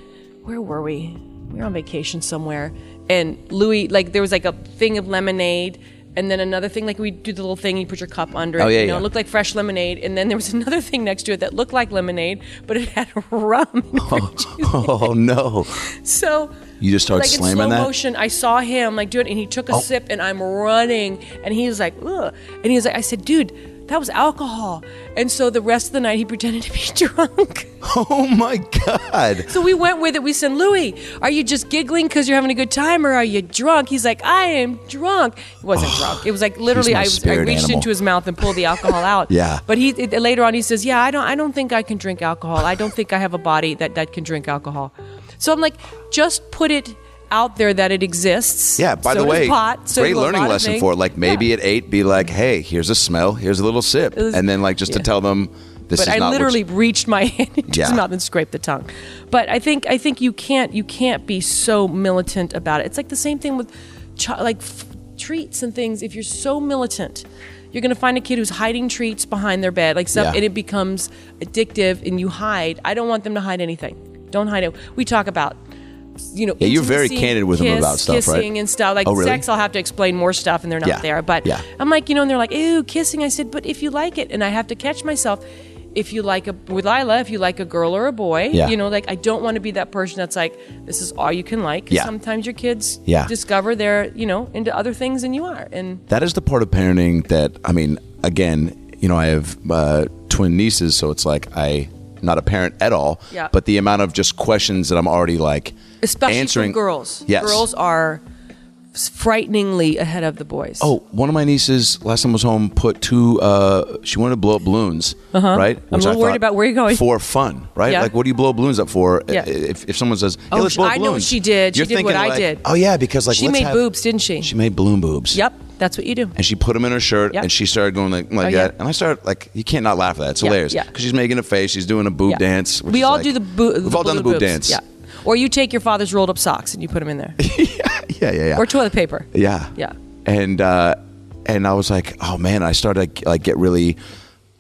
C: where were we? We were on vacation somewhere. And Louis, like, there was like a thing of lemonade. And then another thing, like we do the little thing, you put your cup under it.
A: Oh, yeah,
C: you know,
A: yeah.
C: It looked like fresh lemonade. And then there was <laughs> another thing next to it that looked like lemonade, but it had rum. in it.
A: <laughs> Oh no!
C: So
A: You just start
C: like
A: slamming
C: in slow
A: that? Oh.
C: motion. I saw him like do it, and he took a sip, and I'm running, and he was like, Ugh. and he was like, I said, dude, that was alcohol, and so the rest of the night he pretended to be <laughs> drunk.
A: <laughs> Oh my god!
C: so we went with it. We said, Louis, are you just giggling because you're having a good time, or are you drunk? He's like, I am drunk. He wasn't drunk. It was like literally,
A: my
C: I, was, I
A: spirit
C: reached
A: animal.
C: into his mouth and pulled the alcohol
A: <laughs>
C: out.
A: Yeah.
C: But he it, later on he says, yeah, I don't, I don't think I can drink alcohol. I don't think I have a body that that can drink alcohol. So I'm like, just put it out there that it exists.
A: Yeah. By
C: So
A: the
C: does
A: way,
C: pot, so
A: great
C: do a
A: learning
C: lot of
A: lesson
C: things.
A: for it. Like maybe
C: Yeah.
A: at eight, be like, "Hey, here's a smell. Here's a little sip,"
C: was-
A: and then like just to
C: yeah.
A: tell them this
C: but
A: is
C: I
A: not what you-
C: literally reached my <laughs> hand into
A: Yeah.
C: his mouth and scraped the tongue. But I think I think you can't you can't be so militant about it. It's like the same thing with cho- like f- treats and things. If you're so militant, you're going to find a kid who's hiding treats behind their bed, like stuff,
A: Yeah.
C: and it becomes addictive, and you hide. I don't want them to hide anything. Don't hide it. We talk about. You know,
A: Yeah, you're very
C: intimacy,
A: candid with them
C: kiss,
A: about stuff, right?
C: kissing and stuff like
A: Oh, really?
C: sex. I'll have to explain more stuff, and they're not
A: Yeah.
C: there. But
A: Yeah.
C: I'm like, you know, and they're like, ew, kissing. I said, but if you like it, and I have to catch myself. If you like a with Lila, if you like a girl or a boy,
A: Yeah.
C: you know, like I don't want to be that person that's like, this is all you can like. 'Cause
A: Yeah.
C: Sometimes your kids
A: Yeah.
C: discover they're you know into other things than you are, and
A: That is the part of parenting that I mean. Again, you know, I have uh, twin nieces, so it's like I not a parent at all.
C: Yeah.
A: But the amount of just questions that I'm already like
C: especially
A: answering
C: from girls.
A: Yes.
C: Girls are frighteningly ahead of the boys.
A: Oh, one of my nieces last time I was home put two. Uh, she wanted to blow up balloons, right?
C: Uh-huh. I'm a little worried about where you're going.
A: For fun, right?
C: Yeah.
A: Like, what do you blow balloons up for?
C: Yeah.
A: If, if someone says, hey,
C: Oh,
A: let's
C: sh-
A: blow up
C: I know what
A: balloons,"
C: she did. She
A: you're
C: did
A: thinking
C: what I
A: like,
C: did.
A: Oh yeah, because like
C: she
A: let's
C: made
A: have-
C: boobs, didn't she?
A: She made balloon boobs.
C: Yep, that's what you do.
A: And she put them in her shirt,
C: Yep.
A: and she started going like, like
C: Oh, yeah.
A: that. And I started like, you can't not laugh at that. It's
C: Yeah,
A: hilarious
C: yeah.
A: because she's making a face, she's doing a boob
C: Yeah.
A: dance. which
C: We
A: is
C: all
A: like-
C: do the boob.
A: We've all done the boob dance.
C: Yeah. Or you take your father's rolled up socks and you put them in there,
A: <laughs> yeah, yeah, yeah.
C: or toilet paper.
A: Yeah.
C: Yeah.
A: And uh, and I was like, oh man, I started to, like get really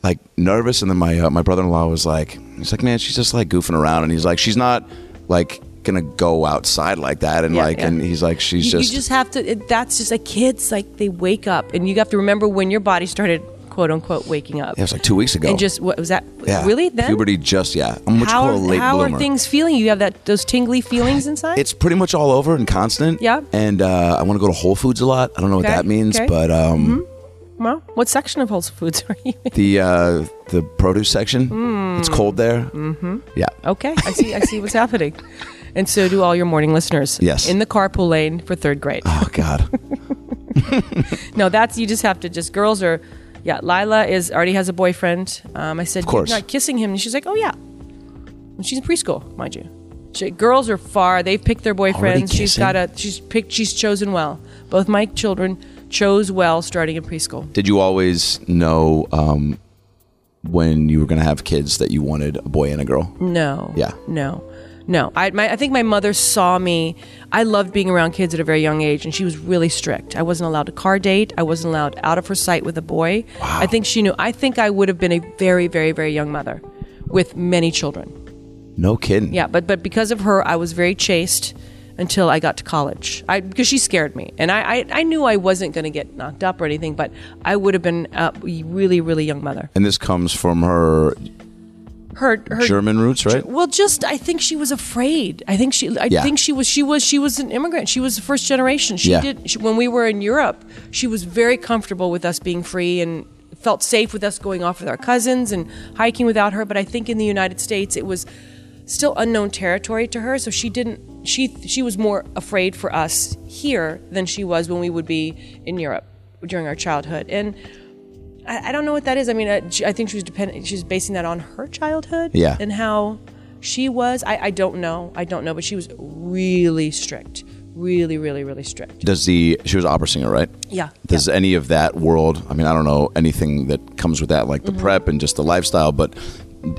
A: like nervous, and then my uh, my brother in law was like, he's like, man, she's just like goofing around, and he's like, she's not like gonna go outside like that, and
C: Yeah,
A: like,
C: yeah.
A: and he's like, she's
C: you,
A: just,
C: you just have to it, that's just like kids like they wake up and you have to remember when your body started quote unquote waking up
A: it was like two weeks ago,
C: and just what was that
A: yeah,
C: really then
A: puberty just yeah, I'm what
C: how,
A: you call a late
C: how
A: bloomer.
C: are things feeling you have that those tingly feelings inside
A: it's pretty much all over and constant.
C: Yeah.
A: And uh, I want to go to Whole Foods a lot. I don't know what
C: Okay,
A: that means,
C: okay.
A: but um,
C: well what section of whole foods are you in
A: the uh, the produce section,
C: Mm.
A: it's cold there. Mm-hmm. Yeah.
C: okay i see i see what's happening and so do all your morning listeners
A: Yes.
C: in the carpool lane for third grade
A: Oh God.
C: No, that's you just have to just girls are. Yeah, Lila is already has a boyfriend. Um, I said,
A: course.
C: you're not kissing him, and she's like, oh yeah. And she's in preschool, mind you. She, girls are far. They've picked their
A: Already
C: boyfriends. She's
A: kissing?
C: got a. She's picked. She's chosen well. Both my children chose well starting in preschool.
A: Did you always know um, when you were going to have kids that you wanted a boy and a girl?
C: No.
A: Yeah.
C: No. No. I, my, I think my mother saw me. I loved being around kids at a very young age, and she was really strict. I wasn't allowed to car date. I wasn't allowed out of her sight with a boy. I think she knew. I think I would have been a very, very, very young mother with many children.
A: No kidding.
C: Yeah. But, but because of her, I was very chaste until I got to college I, because she scared me. And I, I, I knew I wasn't going to get knocked up or anything, but I would have been a really, really young mother.
A: And this comes from her
C: Her, her
A: German roots, right?
C: Well, just I think she was afraid. I think she. I
A: Yeah.
C: think she was. She was. She was an immigrant. She was the first generation. She
A: Yeah.
C: did she, when we were in Europe. She was very comfortable with us being free and felt safe with us going off with our cousins and hiking without her. But I think in the United States, it was still unknown territory to her. So she didn't. She she was more afraid for us here than she was when we would be in Europe during our childhood. And I, I don't know what that is. I mean, I, she- I think she was dependent. She was basing that on her childhood
A: Yeah.
C: and how she was. I, I don't know. I don't know. But she was really strict. Really, really, really strict.
A: Does the she was an opera singer, right?
C: Yeah.
A: Does any of that world? I mean, I don't know anything that comes with that, like the
C: Mm-hmm.
A: prep and just the lifestyle. But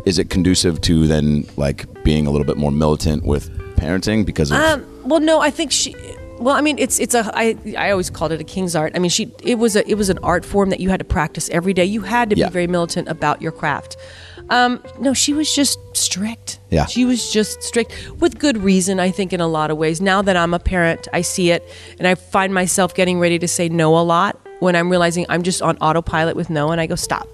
A: is it conducive to then like being a little bit more militant with parenting because of?
C: Um, Well, no, I think she. Well, I mean, it's it's a I I always called it a king's art. I mean, she it was a it was an art form that you had to practice every day. You had to
A: Yeah.
C: be very militant about your craft. Um, no, she was just strict.
A: Yeah.
C: she was just strict with good reason. I think in a lot of ways. Now that I'm a parent, I see it, and I find myself getting ready to say no a lot when I'm realizing I'm just on autopilot with no, and I go stop.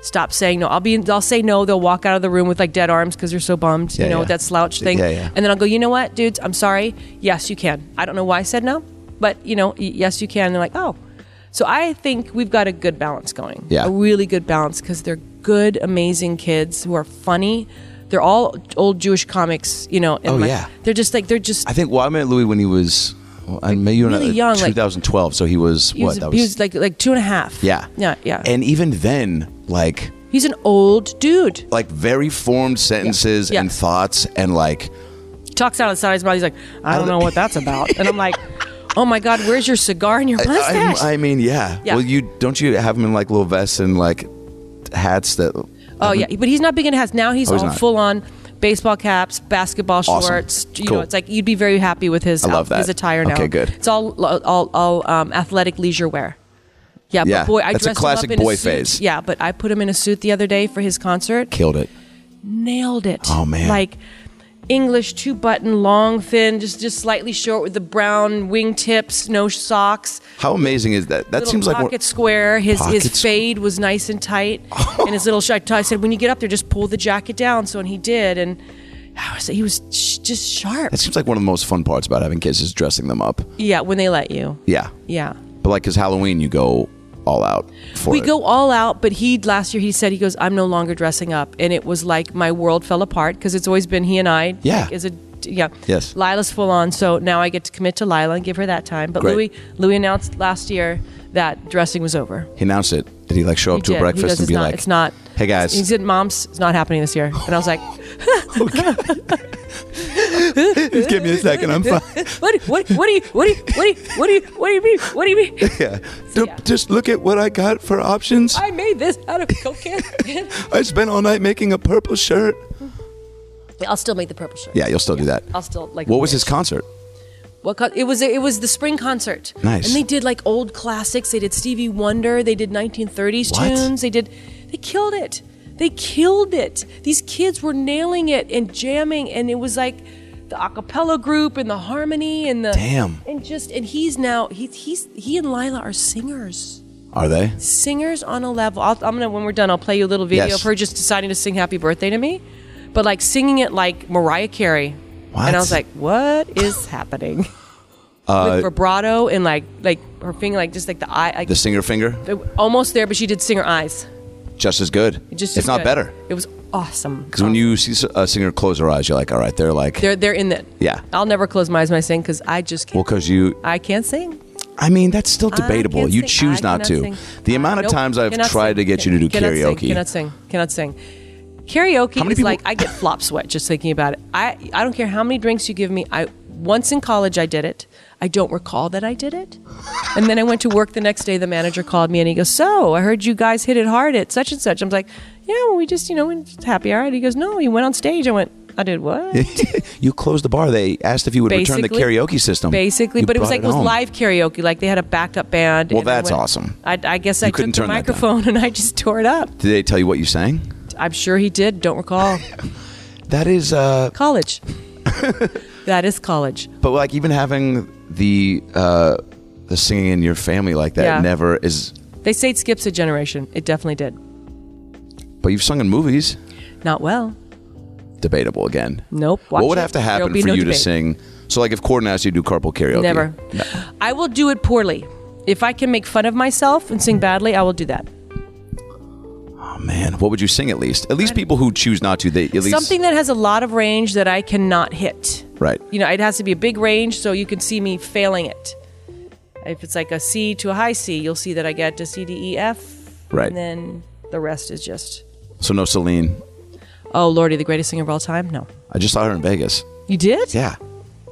C: Stop saying no. I'll be. I'll say no. They'll walk out of the room with like dead arms because they're so bummed.
A: Yeah,
C: you know,
A: yeah.
C: with that slouch thing.
A: Yeah, yeah.
C: And then I'll go, you know what, dudes, I'm sorry. Yes, you can. I don't know why I said no, but you know, y- yes, you can. And they're like, oh. So I think we've got a good balance going.
A: Yeah.
C: A really good balance because they're good, amazing kids who are funny. They're all old Jewish comics, you know. And
A: Oh,
C: like-
A: yeah.
C: They're just like, they're just,
A: I think. Well, I met Louis when he was. Well, I met you
C: Really
A: in uh,
C: young, like-
A: 2012, so he was
C: he,
A: what?
C: was,
A: that
C: he was like like two and a half.
A: yeah.
C: Yeah, yeah.
A: And even then, like
C: he's an old dude.
A: like very formed sentences
C: Yeah.
A: and thoughts and like
C: talks out of the side of his mouth. He's like, I don't know what that's about. And I'm like, oh my God, where's your cigar and your
A: I,
C: mustache?
A: I mean, yeah.
C: Yeah.
A: Well, you don't you have them in like little vests and like hats that.
C: Oh yeah, but he's not big into hats now. He's
A: Oh, he's
C: all
A: not.
C: full on baseball caps, basketball
A: Awesome.
C: shorts. You
A: Cool.
C: know, it's like you'd be very happy with his
A: I love
C: out- his
A: that.
C: attire now.
A: Okay, good.
C: It's all all all um, athletic leisure wear. Yeah,
A: Yeah,
C: but boy, I
A: that's a
C: dressed
A: classic
C: him up in
A: boy
C: a suit.
A: phase.
C: Yeah, but I put him in a suit the other day for his concert.
A: Killed it.
C: Nailed it.
A: Oh, man.
C: Like English two button, long, thin, just just slightly short with the brown wingtips, no socks
A: How amazing is that? That
C: little
A: seems like
C: pocket
A: one,
C: square. His
A: Pocket
C: his
A: squ-
C: fade was nice and tight, and his little shirt. I said, when you get up there, just pull the jacket down. So and he did, and I was, he was sh- just sharp.
A: that seems like one of the most fun parts about having kids is dressing them up.
C: yeah, when they let you.
A: Yeah.
C: Yeah,
A: But like, cause Halloween, you go all out for
C: we
A: it.
C: go all out. But he last year he said he goes, I'm no longer dressing up, and it was like my world fell apart because it's always been he and I.
A: Yeah.
C: like, as a yeah.
A: Yes.
C: Lila's full on, so now I get to commit to Lila and give her that time. But
A: Great.
C: Louis Louis announced last year that dressing was over.
A: He announced it. Did he like show up to a
C: did. He goes,
A: breakfast and
C: "It's
A: be
C: not-
A: like,
C: it's not.
A: Hey guys.
C: He said, "Mom's, it's not happening this year," and
A: <laughs>
C: I was like,
A: <laughs> Just give me a second. I'm
C: <laughs>
A: fine.
C: "What? What? What do you? What do you? What do you? What do you? What do you mean? What do you mean?
A: yeah. D- Just look at what I got for options.
C: I made this out of cocaine.
A: I spent all night making a purple shirt.
C: <laughs> I'll still make the purple shirt.
A: Yeah, you'll still do that.
C: I'll still like.
A: What was his concert?
C: What co- it was? It was the spring concert.
A: Nice.
C: And they did like old classics. They did Stevie Wonder. They did 1930s
A: What?
C: tunes. They did. They killed it. They killed it. These kids were nailing it and jamming, and it was like the a cappella group and the harmony and the
A: Damn.
C: and just and he's now he's he's he and Lila are singers.
A: Are they?
C: Singers on a level. I'll, I'm gonna when we're done, I'll play you a little video
A: Yes.
C: of her just deciding to sing Happy Birthday to me, but like singing it like Mariah Carey. And I was
A: What?
C: like, what
A: <laughs>
C: is happening?
A: Uh,
C: With vibrato and like like her finger, like just like the eye, like
A: The singer finger?
C: almost there, but she did sing her eyes.
A: Just as good.
C: It just
A: if
C: is
A: not
C: good.
A: better.
C: It was awesome.
A: Because when you see s- a singer close her eyes, you're like, all right, they're like,
C: they're they're in it.
A: Yeah.
C: I'll never close my eyes when I sing because I just
A: well,
C: can't.
A: because you,
C: I can't sing.
A: I mean, that's still debatable.
C: can't
A: You
C: sing.
A: choose
C: I
A: not
C: cannot
A: to.
C: sing.
A: The
C: I-
A: amount of
C: nope,
A: times I've
C: cannot
A: tried
C: sing.
A: to get you to do
C: Cannot sing,
A: karaoke.
C: Cannot sing. Cannot sing. Karaoke
A: many
C: is
A: people-
C: like I get flop sweat just thinking about it. I I don't care how many drinks you give me. I once in college I did it. I don't recall that I did it. And then I went to work the next day. The manager called me and he goes, "So I heard you guys hit it hard at such and such." I'm like, "Yeah, well, we just you know we just happy hour." And he goes, "No, you went on stage." I went, "I
A: <laughs>
C: did what?"
A: you closed the bar. They asked if you would return the
C: Basically-
A: karaoke system.
C: Basically,
A: Um, You
C: but it was
A: brought
C: like it was
A: home.
C: live karaoke. Like they had a backup band.
A: Well,
C: and I
A: that's awesome.
C: I, I guess I
A: couldn't
C: took
A: turn
C: the
A: that down.
C: microphone <laughs> and I just tore it up.
A: Did they tell you what you sang?
C: I'm sure he did. Don't
A: <laughs>
C: recall
A: That is, uh, <laughs>
C: college. that is college.
A: but like even having the uh, the singing in your family like that
C: Yeah.
A: never is.
C: They say it skips a generation. It definitely did.
A: But you've sung in movies.
C: Not well.
A: Debatable again.
C: Nope.
A: what
C: Watch
A: would
C: it.
A: have to
C: There'll
A: happen
C: be
A: for
C: no
A: you to
C: debate.
A: sing? So like if Corden asked you to do carpool karaoke,
C: Never. I will do it poorly. If I can make fun of myself and sing badly, I will do that.
A: Oh, man, what would you sing at least? At least people who choose not to, they at least
C: Something that has a lot of range that I cannot hit.
A: right.
C: You know, it has to be a big range so you can see me failing it. If it's like a C to a high C, you'll see that I get to C, D, E, F.
A: Right.
C: And then the rest is just,
A: So no Celine.
C: oh, Lordy, the greatest singer of all time? No.
A: I just saw her in Vegas.
C: You did?
A: Yeah,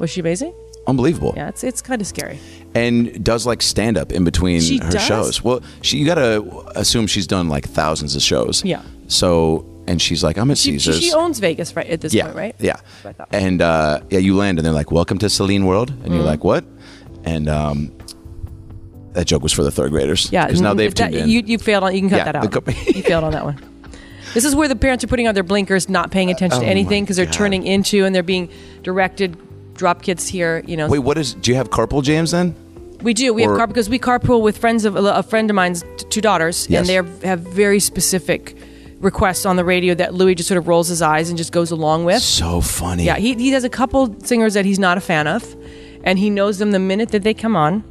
C: Was she amazing?
A: unbelievable.
C: Yeah, it's, it's kind of scary.
A: And does like stand up in between
C: She
A: her
C: does?
A: shows. Well, she you gotta assume she's done like thousands of shows.
C: Yeah.
A: So and she's like, I'm at
C: She, she,
A: Caesars.
C: she owns Vegas right at this
A: yeah,
C: point, right?
A: Yeah.
C: That's what I thought. Mm-hmm.
A: And uh, yeah, you land and they're like, "Welcome to Celine World," and you're like, "What?" And um, that joke was for the third graders.
C: Yeah,
A: because now
C: mm,
A: they've
C: that-
A: tuned in.
C: You, you failed on. You can cut
A: Yeah,
C: that
A: the
C: out.
A: co-
C: you failed on that one. This is where the parents are putting on their blinkers, not paying attention
A: Uh, oh
C: to
A: my
C: anything because they're
A: God.
C: turning into and they're being directed. Drop kids here, you know.
A: Wait, what is? Do you have carpool jams then?
C: we do. We
A: or-
C: have car because we carpool with friends of a friend of mine's t- two daughters,
A: Yes.
C: and they have very specific requests on the radio that Louis just sort of rolls his eyes and just goes along with.
A: So funny.
C: Yeah, he, he has a couple singers that he's not a fan of, and he knows them the minute that they come on.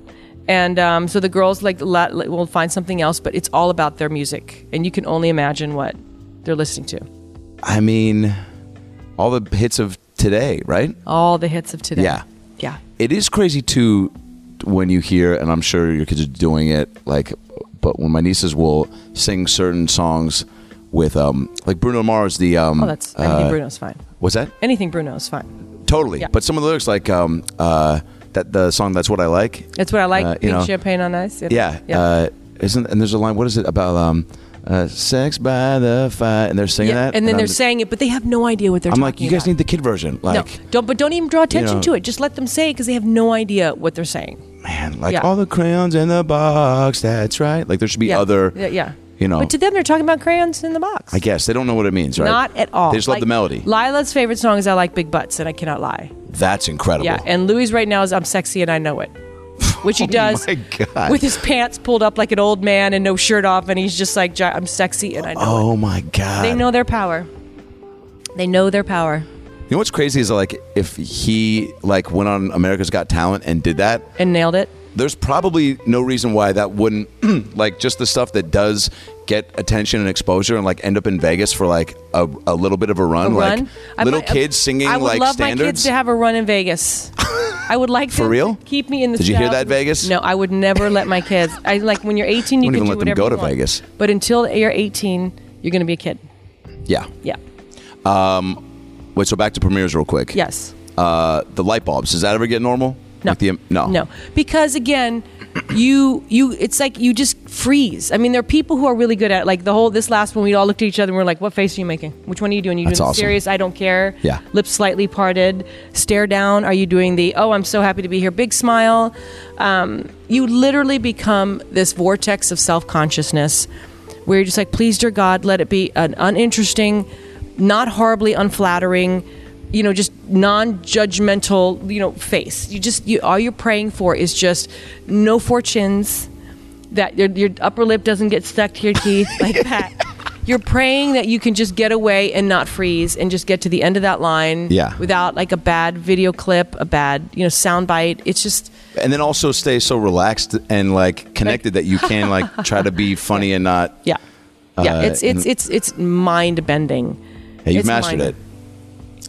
C: And um, so the girls like la- la- will find something else, but it's all about their music, and you can only imagine what they're listening to.
A: I mean, all the hits of today, right?
C: All the hits of today.
A: Yeah.
C: yeah.
A: It is crazy too when you hear, and I'm sure your kids are doing it. Like, but when my nieces will sing certain songs with, um, like Bruno Mars, the um,
C: Oh, that's anything
A: uh,
C: Bruno's fine.
A: What's that?
C: Anything Bruno's fine.
A: Totally.
C: Yeah.
A: But some of the lyrics, like um, uh, that the song "That's What I Like."
C: That's what I like.
A: Uh, you
C: pink
A: know.
C: champagne on ice.
A: Yeah.
C: yeah.
A: Uh, isn't and there's a line. What is it about? Um, uh, sex by the fire, and they're singing
C: Yeah,
A: that,
C: and then
A: I'm
C: they're
A: just-
C: saying it, but they have no idea what they're
A: "I'm
C: talking
A: like, you guys
C: about.
A: need the kid version." Like,
C: no, don't, but don't even draw attention
A: know.
C: to it. Just let them say it because they have no idea what they're saying.
A: man, like
C: Yeah.
A: all the crayons in the box. That's right. Like there should be
C: Yeah.
A: other.
C: Yeah, yeah.
A: You know.
C: But to them, they're talking about crayons in the box.
A: I guess they don't know what it means, right?
C: Not at all.
A: They just love
C: Like,
A: the melody.
C: Lila's favorite song is "I Like Big Butts," and I cannot lie.
A: That's incredible.
C: Yeah, and Louis right now is "I'm Sexy and I Know It," which
A: <laughs>
C: he does
A: Oh my God.
C: with his pants pulled up like an old man and no shirt off, and he's just like, "Gi- "I'm sexy and I know
A: oh my god.
C: it." They know their power. They know their power,
A: You know what's crazy is like if he like went on America's Got Talent and did that,
C: and nailed it.
A: there's probably no reason why that wouldn't <clears throat> like just the stuff that does get attention and exposure and like end up in Vegas for like a, a little bit of a run,
C: A
A: like
C: run. I
A: little
C: might- uh,
A: kids singing
C: I would
A: like
C: love
A: standards.
C: my kids to have a run
A: <laughs>
C: in Vegas. I would like
A: For
C: them
A: real?
C: to keep me in the.
A: Did you hear
C: style-
A: that, Vegas?
C: No, I would never let my kids. I like when you're 18, you
A: Wouldn't
C: can
A: even
C: do
A: let them
C: whatever
A: go
C: you
A: to
C: want.
A: Vegas.
C: But until you're 18, you're going to be a kid.
A: yeah.
C: Yeah.
A: Wait, so back to premieres real quick.
C: Yes.
A: Uh, the light bulbs. Does that ever get normal?
C: No.
A: Like the, no.
C: No. Because again, you you it's like you just freeze. I mean, there are people who are really good at it. like the whole this last one we all looked at each other and we're like, "What face are you making? Which one are you doing? Are you
A: That's
C: doing
A: awesome.
C: the serious? I don't care.
A: Yeah.
C: Lips slightly parted, stare down. Are you doing the oh I'm so happy to be here? Big smile. Um, you literally become this vortex of self consciousness where you're just like, please dear God, let it be an uninteresting, not horribly unflattering, you know, just non-judgmental, you know, face. You just you all you're praying for is just no fortunes, that your your upper lip doesn't get stuck to your <laughs> teeth like that. You're praying that you can just get away and not freeze and just get to the end of that line
A: Yeah.
C: without like a bad video clip, a bad, you know, sound bite. It's just
A: And then also stay so relaxed and like connected that you can like try
C: <laughs>
A: to be funny and not.
C: yeah.
A: Uh,
C: Yeah, it's it's
A: and-
C: it's it's mind bending.
A: Hey, you've
C: It's
A: mastered
C: mine.
A: it.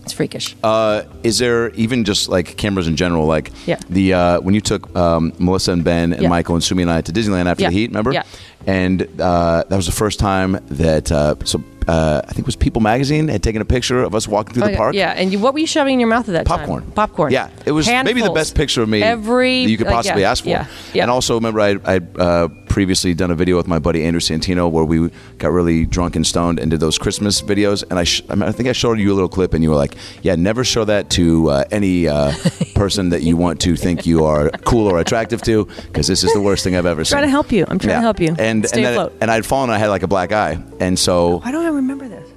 C: It's freakish.
A: Uh, is there even just like cameras in general? Like
C: Yeah.
A: the uh, when you took um, Melissa and Ben and
C: Yeah.
A: Michael and Sumi and I to Disneyland after
C: Yeah.
A: the heat, remember?
C: Yeah.
A: And uh, that was the first time that uh, so uh, I think it was People Magazine had taken a picture of us walking through
C: Okay,
A: the park.
C: Oh, Yeah, and you, what were you shoving in your mouth at that
A: Popcorn.
C: time? Popcorn.
A: Yeah, it was maybe the
C: Handfuls.
A: best picture of me
C: Every
A: that you could
C: like,
A: possibly
C: yeah,
A: ask for.
C: Yeah, yeah.
A: And also, remember, I had uh, previously done a video with my buddy Andrew Santino where we got really drunk and stoned and did those Christmas videos. And I, sh- I, mean, I think I showed you a little clip, and you were like, "Yeah, never show that to uh, any
C: <laughs>
A: uh, person that you want to think you are cool or attractive to, because this is the worst thing I've ever seen."
C: trying to help you. I'm trying
A: Yeah.
C: to help you.
A: And
C: stay
A: and, then-
C: afloat.
A: and I'd fallen. and I had like a black eye, and so
C: Why don't I remember this?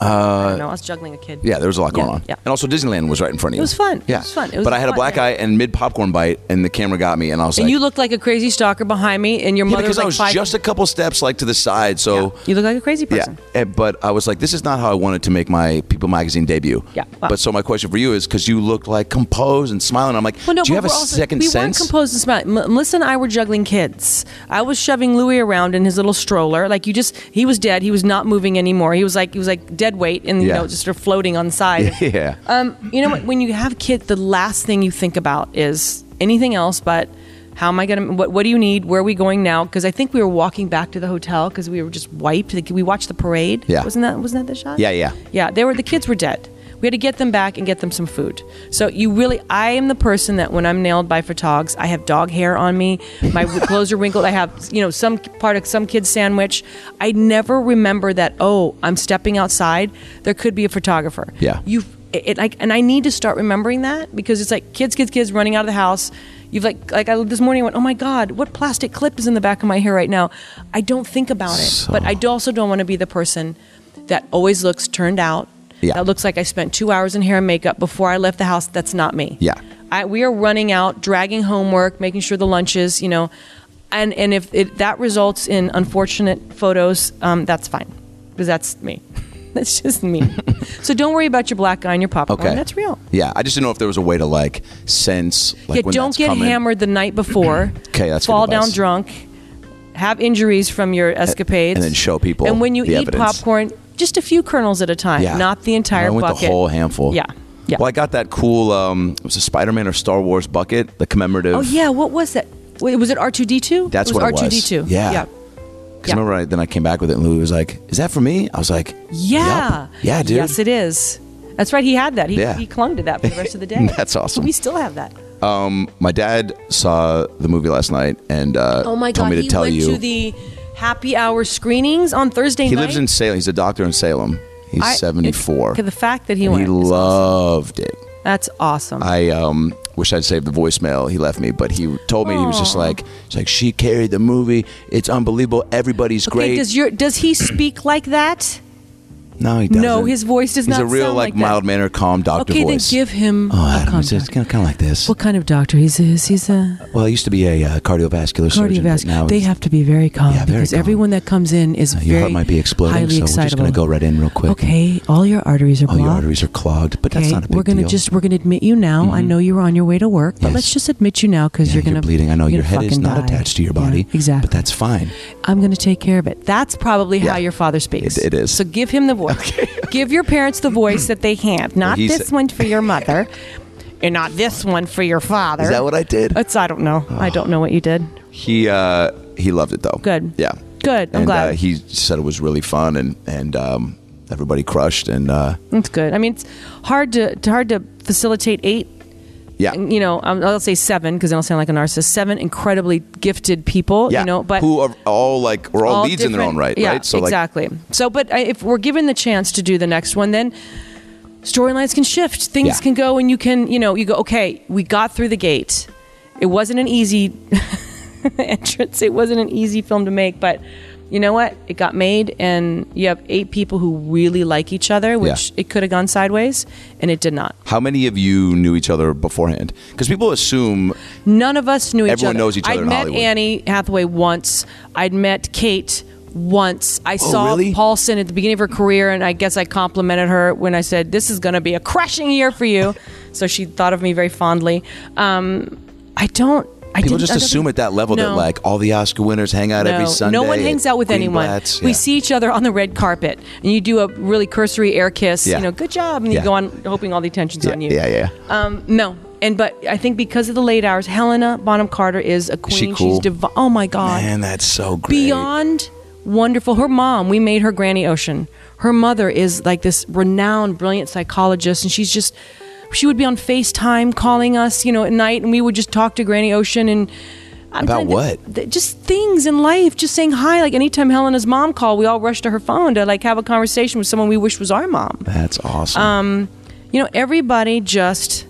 C: Uh, I don't know. I was juggling a kid.
A: yeah, there was a lot going on.
C: Yeah.
A: And also Disneyland was right in front of you.
C: was fun. It
A: Yeah.
C: was fun. It was
A: but I had a
C: fun,
A: black
C: yeah.
A: eye and mid popcorn bite and the camera got me and I was
C: and
A: like
C: you looked like a crazy stalker behind me, and your
A: yeah,
C: mother
A: because
C: was like
A: I was
C: five.
A: just a couple steps like to the side, so
C: you look like a crazy
A: yeah.
C: person.
A: And- But I was like, this is not how I wanted to make my People magazine debut.
C: Yeah. Wow.
A: But so my question for you is because you look like composed and smiling. I'm like,
C: Well, no,
A: do you
C: but
A: have a
C: we're also-
A: second
C: we
A: sense?
C: We weren't composed and smart. M- Melissa and I were juggling kids. I was shoving Louis around in his little stroller. Like you just, he was dead. He was not moving anymore. He was like, he was like dead weight, and you
A: Yeah.
C: know, just sort of floating on the side.
A: <laughs> <laughs> yeah.
C: Um, you know what? When you have kids, the last thing you think about is anything else but how am I going to, what, what do you need? Where are we going now? Because I think we were walking back to the hotel because we were just wiped. Like, we watched the parade.
A: Yeah.
C: Wasn't that, wasn't that the shot?
A: Yeah, yeah.
C: Yeah. They were, the kids were dead. We had to get them back and get them some food. So you really, I am the person that when I'm nailed by for togs, I have dog hair on me. My
A: <laughs>
C: w- clothes are wrinkled. I have, you know, some part of some kid's sandwich. I never remember that, oh, I'm stepping outside. There could be a photographer.
A: Yeah.
C: You it, it like and I need to start remembering that because it's like kids, kids, kids running out of the house. You've like like I this morning I went, oh my god, what plastic clip is in the back of my hair right now? I don't think about it, but I do- also don't want to be the person that always looks turned out.
A: Yeah.
C: That looks like I spent two hours in hair and makeup before I left the house. That's not me.
A: Yeah.
C: I, we are running out, dragging homework, making sure the lunches, you know, and and if it, that results in unfortunate photos, um, that's fine because that's me. <laughs> That's
A: <laughs>
C: just me. so don't worry about your black eye and your popcorn.
A: Okay.
C: That's real.
A: Yeah, I just didn't know if there was a way to like sense like
C: yeah,
A: when
C: don't
A: that's
C: get
A: coming.
C: hammered the
A: <clears throat>
C: night before.
A: 'Kay, that's good
C: fall down
A: advice.
C: drunk, have injuries from your escapades,
A: and then show people
C: And when you
A: the
C: eat
A: evidence.
C: popcorn, just a few kernels at a time,
A: Yeah.
C: not the entire
A: I went
C: bucket.
A: the whole handful.
C: Yeah, yeah.
A: Well, I got that cool. Um, it was a Spider-Man or Star Wars bucket, the commemorative.
C: oh yeah, what was that? Wait, was it R two D two?
A: That's
C: was
A: what it was.
C: R two D two.
A: Yeah. Because
C: yeah.
A: remember, I, then I came back with it, and Louie was like, "Is that for me?" I was like,
C: Yeah.
A: "Yup." yeah, dude."
C: Yes, it is. That's right. He had that. He,
A: Yeah.
C: he clung to that for the rest
A: <laughs>
C: of the day.
A: That's awesome.
C: We still have that.
A: My dad saw the movie last night, and uh,
C: Oh my
A: told
C: god!
A: me to
C: he
A: tell
C: went
A: you
C: to the happy hour screenings on Thursday
A: he
C: night.
A: lives in Salem. He's a doctor in Salem. He's
C: I- it-
A: seventy-four.
C: Okay, the fact that he
A: And
C: went.
A: he
C: is awesome.
A: loved it.
C: That's awesome.
A: I um, wish I'd saved the voicemail he left me, but he told me he was just
C: Aw.
A: like, "It's like she carried the movie. It's unbelievable. Everybody's
C: okay,
A: great."
C: does your does he speak like that?
A: no, he doesn't.
C: No, his voice does
A: He's
C: not
A: a real
C: sound like that.
A: mild mannered, calm doctor
C: okay,
A: voice.
C: then give him
A: oh,
C: a
A: Adam, it's
C: contract.
A: kind of like this.
C: What kind of doctor he's is he's a
A: Well, I used to be a uh, cardiovascular surgeon. but now
C: cardiovascular. They
A: it's-
C: have to be very calm
A: Yeah, very
C: because
A: calm.
C: everyone that comes in is
A: uh,
C: very
A: your heart might be exploding,
C: highly
A: so we're just
C: excitable.
A: going to go right in real quick.
C: Okay, all your arteries are
A: Oh,
C: blocked.
A: your arteries are clogged, but that's
C: Okay,
A: not a big
C: we're gonna
A: deal. Mm-hmm.
C: just we're gonna admit you now. I know you're on your way to work, but
A: Yes.
C: let's just admit you now because
A: Yeah,
C: you're gonna
A: bleeding. I know
C: you're
A: your
C: gonna
A: head is
C: fucking
A: not
C: die.
A: attached to your
C: Yeah,
A: body.
C: exactly.
A: But that's fine.
C: I'm going to take care of it. That's probably
A: Yeah.
C: how your father speaks.
A: It- it is.
C: So give him
A: <laughs>
C: the voice. Give your parents the voice that they have. Not
A: he
C: this
A: said-
C: one for your mother, and not this one for your father.
A: Is that what I did?
C: It's I don't know. I
A: <sighs>
C: don't know what you did.
A: He uh, he loved it though.
C: Good.
A: Yeah.
C: Good. I'm
A: and,
C: glad.
A: Uh, he said it was really fun, and and um, everybody crushed, and uh,
C: That's good. I mean, it's hard to it's hard to facilitate eight.
A: yeah.
C: You know, um, I'll say seven because I don't sound like a narcissist. Seven incredibly gifted people.
A: yeah.
C: You know, but
A: who are all like we're all,
C: all
A: leads in their own
C: different-
A: right,
C: yeah,
A: right? So like
C: exactly. so, but I, if we're given the chance to do the next one, then storylines can shift, things
A: Yeah.
C: can go, and you can, you know, you go, okay, we got through the gate. It wasn't an easy <laughs> entrance. It wasn't an easy film to make, but you know what? It got made, and you have eight people who really like each other, which
A: Yeah.
C: it could have gone sideways, and it did not.
A: How many of you knew each other beforehand? Because people assume
C: None of us knew each
A: Everyone
C: other.
A: knows each other
C: I'd
A: in
C: met
A: Hollywood.
C: Annie Hathaway once. I'd met Kate once. I saw
A: Oh, really?
C: Paulson at the beginning of her career, and I guess I complimented her when I said, "This is going to be a crushing year
A: <laughs>
C: for you." so she thought of me very fondly. Um, I don't. I
A: people
C: didn't-
A: just
C: I don't-
A: assume at that level that
C: No.
A: like all the Oscar winners hang out every
C: no,
A: Sunday.
C: no one
A: at
C: hangs out with anyone.
A: Greenblatt's.
C: We
A: Yeah.
C: see each other on the red carpet, and you do a really cursory air kiss.
A: Yeah.
C: You know, good job, and
A: Yeah.
C: you go on hoping all the attention's
A: yeah,
C: on you.
A: Yeah, yeah.
C: Um, no. And but I think because of the late hours, Helena Bonham Carter is a queen.
A: cool?
C: She's divi- oh my god,
A: Man, that's so great.
C: beyond wonderful. Her mom, we made her Granny Ocean. Her mother is like this renowned, brilliant psychologist, and she's just she would be on FaceTime calling us, you know, at night, and we would just talk to Granny Ocean and. I'm
A: About
C: telling you,
A: what?
C: th- just things in life, just saying hi. Like anytime Helena's mom called, we all rushed to her phone to like have a conversation with someone we wish was our mom
A: That's awesome.
C: um, you know, everybody just,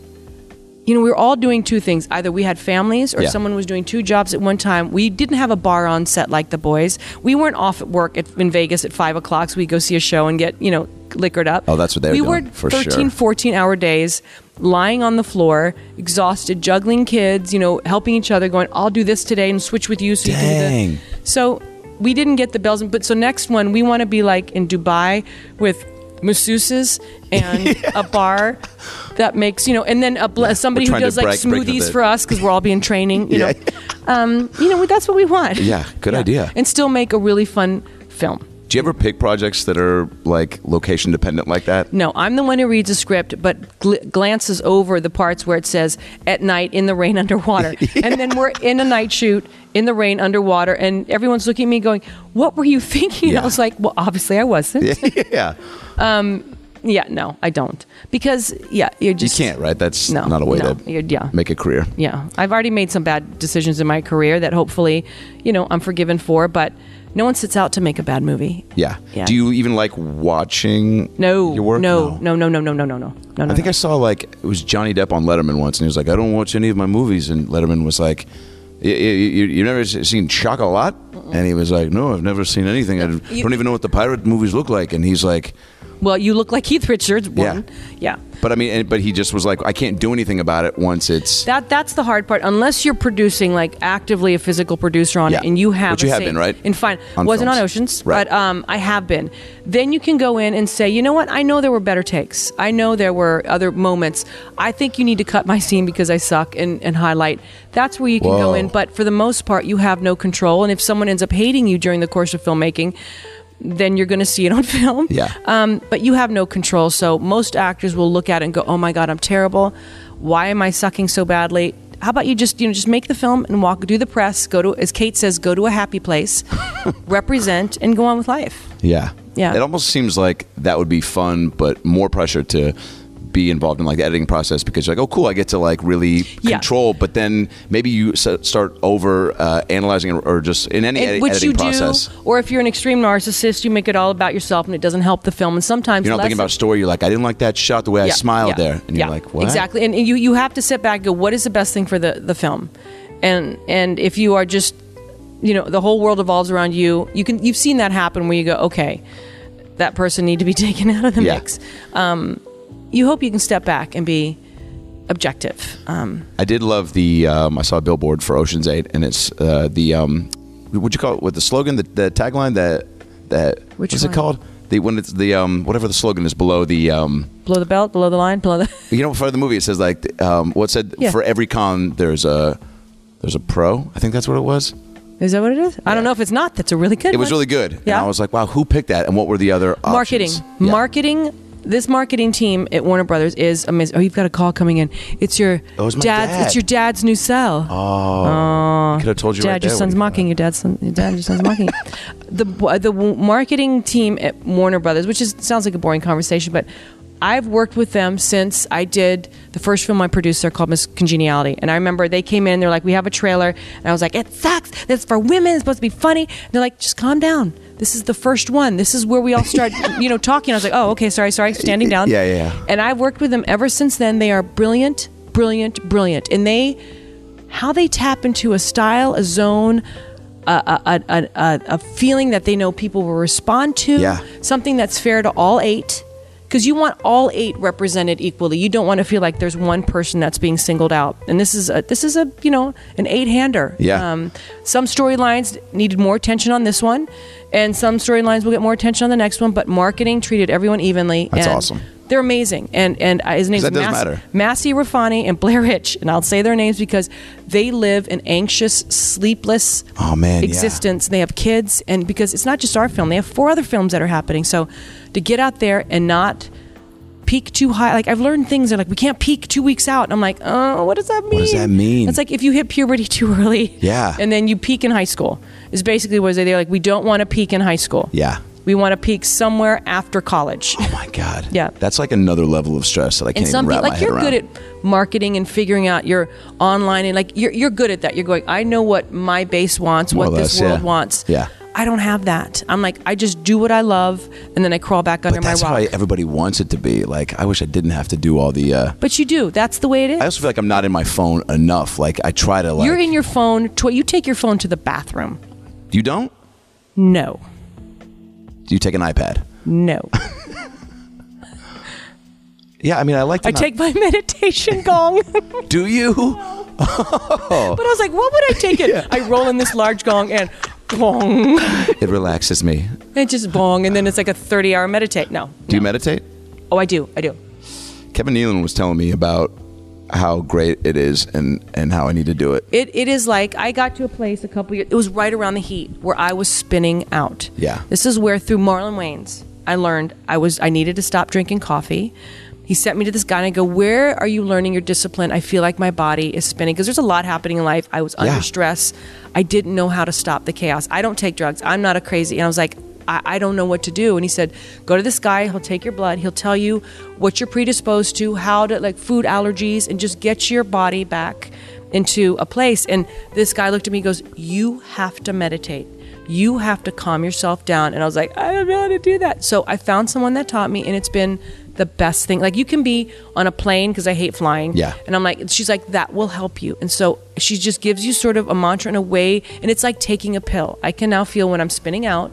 C: you know, we were all doing two things. Either we had families or
A: Yeah.
C: someone was doing two jobs at one time. We didn't have a bar on set like the boys. We weren't off at work at, in Vegas at five o'clock, so we'd go see a show and get, you know, liquored up.
A: Oh, that's what they were
C: we
A: doing,
C: were
A: for
C: 13,
A: sure.
C: 14 hour days lying on the floor, exhausted, juggling kids, you know, helping each other, going, I'll do this today and switch with you so you can do
A: Dang.
C: this. So we didn't get the bells and but so next one we want to be like in Dubai with masseuses
A: <laughs>
C: and a bar that makes you know and then a bl- somebody
A: We're
C: who
A: trying to
C: does like
A: break- break the
C: smoothies
A: bit.
C: for us because we'll all be in training you
A: Yeah.
C: know um, you know that's what we want
A: Yeah, good idea.
C: and still make a really fun film
A: Do you ever pick projects that are like location dependent like <laughs> that?
C: no i'm the one who reads a script but gl- glances over the parts where it says at night in the rain
A: <laughs>
C: underwater and then we're in a night shoot in the rain underwater and everyone's looking at me going what were you <laughs> thinking
A: Yeah.
C: i was like well obviously i wasn't
A: yeah.
C: <laughs> Yeah, no, I don't. Because yeah, you're
A: You
C: just
A: can't, right? That's
C: No,
A: not a way
C: no,
A: to
C: you're- yeah.
A: make a career.
C: Yeah, I've already made some bad decisions in my career that hopefully, you know, I'm forgiven for. But no one sits out to make a bad movie.
A: Yeah.
C: Yeah.
A: Do you even like watching
C: No.
A: your work?
C: No. No. No. No. No. No. No. No. No.
A: I think
C: no.
A: I saw like it was Johnny Depp on Letterman once, and he was like, "I don't watch any of my movies," and Letterman was like. "Y- y- You, you've never s- seen Chocolat? And he was like, No, I've never seen anything. I
C: You-
A: don't even know what the pirate movies look like. And he's like,
C: Well, you look like Keith Richards. One. Yeah.
A: But I mean, and- but he just was like, I can't do anything about it once it's.
C: That that's the hard part. Unless you're producing like actively a physical producer on
A: Yeah.
C: it, and you have
A: Which you
C: a
A: have
C: say
A: been, right?
C: In fine,
A: On
C: wasn't
A: films.
C: on Oceans,
A: Right.
C: but um, I have been. Then you can go in and say, you know what? I know there were better takes. I know there were other moments. I think you need to cut my scene because I suck and, and highlight. That's where you can
A: Whoa.
C: go in. But for the most part, you have no control. And if someone ends up hating you during the course of filmmaking. Then you're going to see it on <laughs> film.
A: Yeah.
C: Um, but you have no control. So most actors will look at it and go, "Oh my God, I'm terrible. Why am I sucking so badly?" How about you just you know just make the film and walk, do the press, go to as Kate says, go to a happy
A: <laughs>
C: place, represent, and go on with life.
A: Yeah.
C: Yeah.
A: It almost seems like that would be fun, but more pressure to be involved in like the editing process because you're like, oh, cool, I get to like really
C: Yeah.
A: control. But then maybe you s- start over uh, analyzing or- or just in any
C: It-
A: edi-
C: which
A: editing
C: you
A: process.
C: do, or if you're an extreme narcissist, you make it all about yourself, and it doesn't help the film. And sometimes
A: You're not thinking
C: less-
A: about story. You're like, I didn't like that shot, the way I
C: Yeah,
A: smiled
C: yeah,
A: there, and
C: yeah,
A: you're like, what?
C: Exactly. And you you have to sit back and go, what is the best thing for the the film? And and if you are just you know, the whole world evolves around you, you can you've seen that happen where you go, okay, that person need to be <laughs> taken out of the
A: Yeah.
C: mix. Um, you hope you can step back and be objective. Um,
A: I did love the. Um, I saw a billboard for Ocean's Eight, and it's uh, the. Um, what'd you call it? What the slogan? The, the tagline that that
C: Which
A: what's it
C: one?
A: called? The when it's the um, whatever the slogan is below the um,
C: below the belt, below the line, below the <laughs>
A: You know, for the movie, it says like, um, what said
C: Yeah.
A: for every con there's a there's a pro. I think that's what it was.
C: Is that what it is? I don't know if it's not. That's a really good
A: It was
C: one.
A: really good.
C: Yeah?
A: And I was like, wow, who picked that? And what were the other
C: marketing
A: options? Yeah.
C: marketing this marketing team at Warner Brothers is amazing. Oh, you've got a call coming in. It's your
A: Oh, it's my
C: dad's.
A: dad.
C: It's your dad's new cell.
A: I could have told you.
C: dad,
A: right
C: your
A: there
C: son's
A: what
C: mocking you. Dad's son, your dad, your son's mocking you.
A: <laughs>
C: The bo- the w- marketing team at Warner Brothers, which is sounds like a boring conversation, but I've worked with them since I did the first film I produced. They're called Miss Congeniality, and I remember they came in and they're like, "We have a trailer," and I was like, "It sucks. That's for women. It's supposed to be funny." And they're like, "Just calm down." This is the first one. This is where we
A: <laughs>
C: all start, you know, talking. I was like, "Oh, okay, sorry, sorry." Standing down.
A: Yeah, yeah, yeah.
C: And I've worked with them ever since then. They are brilliant, brilliant, brilliant, and they how they tap into a style, a zone, a, a, a, a, a- a feeling that they know people will respond to,
A: Yeah.
C: something that's fair to all eight. Because you want all eight represented equally. You don't want to feel like there's one person that's being singled out. And this is a this is a you know an eight hander.
A: Yeah.
C: some storylines needed more attention on this one, and some storylines will get more attention on the next one. But marketing treated everyone evenly.
A: That's
C: and
A: awesome.
C: They're amazing. And and uh, his name's
A: that does
C: Mass-
A: matter.
C: Massey Rafani and Blair Rich, and I'll say their names because they live an anxious, sleepless
A: Oh, man, yeah.
C: existence. They have kids, and because it's not just our film, they have four other films that are happening. So to get out there and not peak too high, like I've learned things that like we can't peak two weeks out. And I'm like, oh, what does that mean? What
A: does that mean?
C: It's like if you hit puberty <laughs> too early,
A: Yeah.
C: and then you peak in high school. Is basically what they're like. We don't want to peak in high school.
A: Yeah.
C: we want to peak somewhere after college.
A: Oh my god.
C: Yeah.
A: That's like another level of stress that I can't
C: And some
A: even wrap my
C: people, like
A: head
C: you're
A: around.
C: good at marketing and figuring out your online and like you're you're good at that. You're going, I know what my base wants,
A: More
C: what
A: or
C: this
A: less,
C: world
A: yeah.
C: wants.
A: Yeah.
C: I don't have that. I'm like, I just do what I love, and then I crawl back under
A: but that's
C: my
A: how
C: rock.
A: I- everybody wants it to be. Like, I wish I didn't have to do all the. Uh,
C: but you do. That's the way it is.
A: I also feel like I'm not in my phone enough. Like, I try to like.
C: you're in your phone. Tw- you take your phone to the bathroom.
A: you don't.
C: No,
A: You take an iPad. <laughs>
C: no.
A: Yeah, I mean, I like. To
C: I
A: not-
C: take my
A: <laughs>
C: <laughs> meditation gong.
A: Do you?
C: but I was like, what would I take it? I roll in this large gong and bong.
A: It relaxes me.
C: It just bong, and then it's like a 30 hour meditate. No.
A: Do you meditate?
C: Oh, I do. I do.
A: Kevin Nealon was telling me about how great it is and, and how I need to do it.
C: It, it is like I got to a place a couple years. It was right around the heat where I was spinning out.
A: Yeah.
C: This is where through Marlon Wayans I learned I was I needed to stop drinking coffee. He sent me to this guy and I go, "Where are you learning your discipline? I feel like my body is spinning because there's a lot happening in life. I was
A: Yeah.
C: under stress. I didn't know how to stop the chaos. I don't take drugs. I'm not a crazy." And I was like, I, I don't know what to do. And he said, go to this guy. He'll take your blood. He'll tell you what you're predisposed to, how to like food allergies, and just get your body back into a place. And this guy looked at me. He goes, you have to meditate. You have to calm yourself down. And I was like, I don't know how to do that. So I found someone that taught me, and it's been the best thing. Like you can be on a plane because I hate flying.
A: Yeah.
C: And I'm like, she's like, that will help you. And so she just gives you sort of a mantra in a way, and it's like taking a pill. I can now feel when I'm spinning out.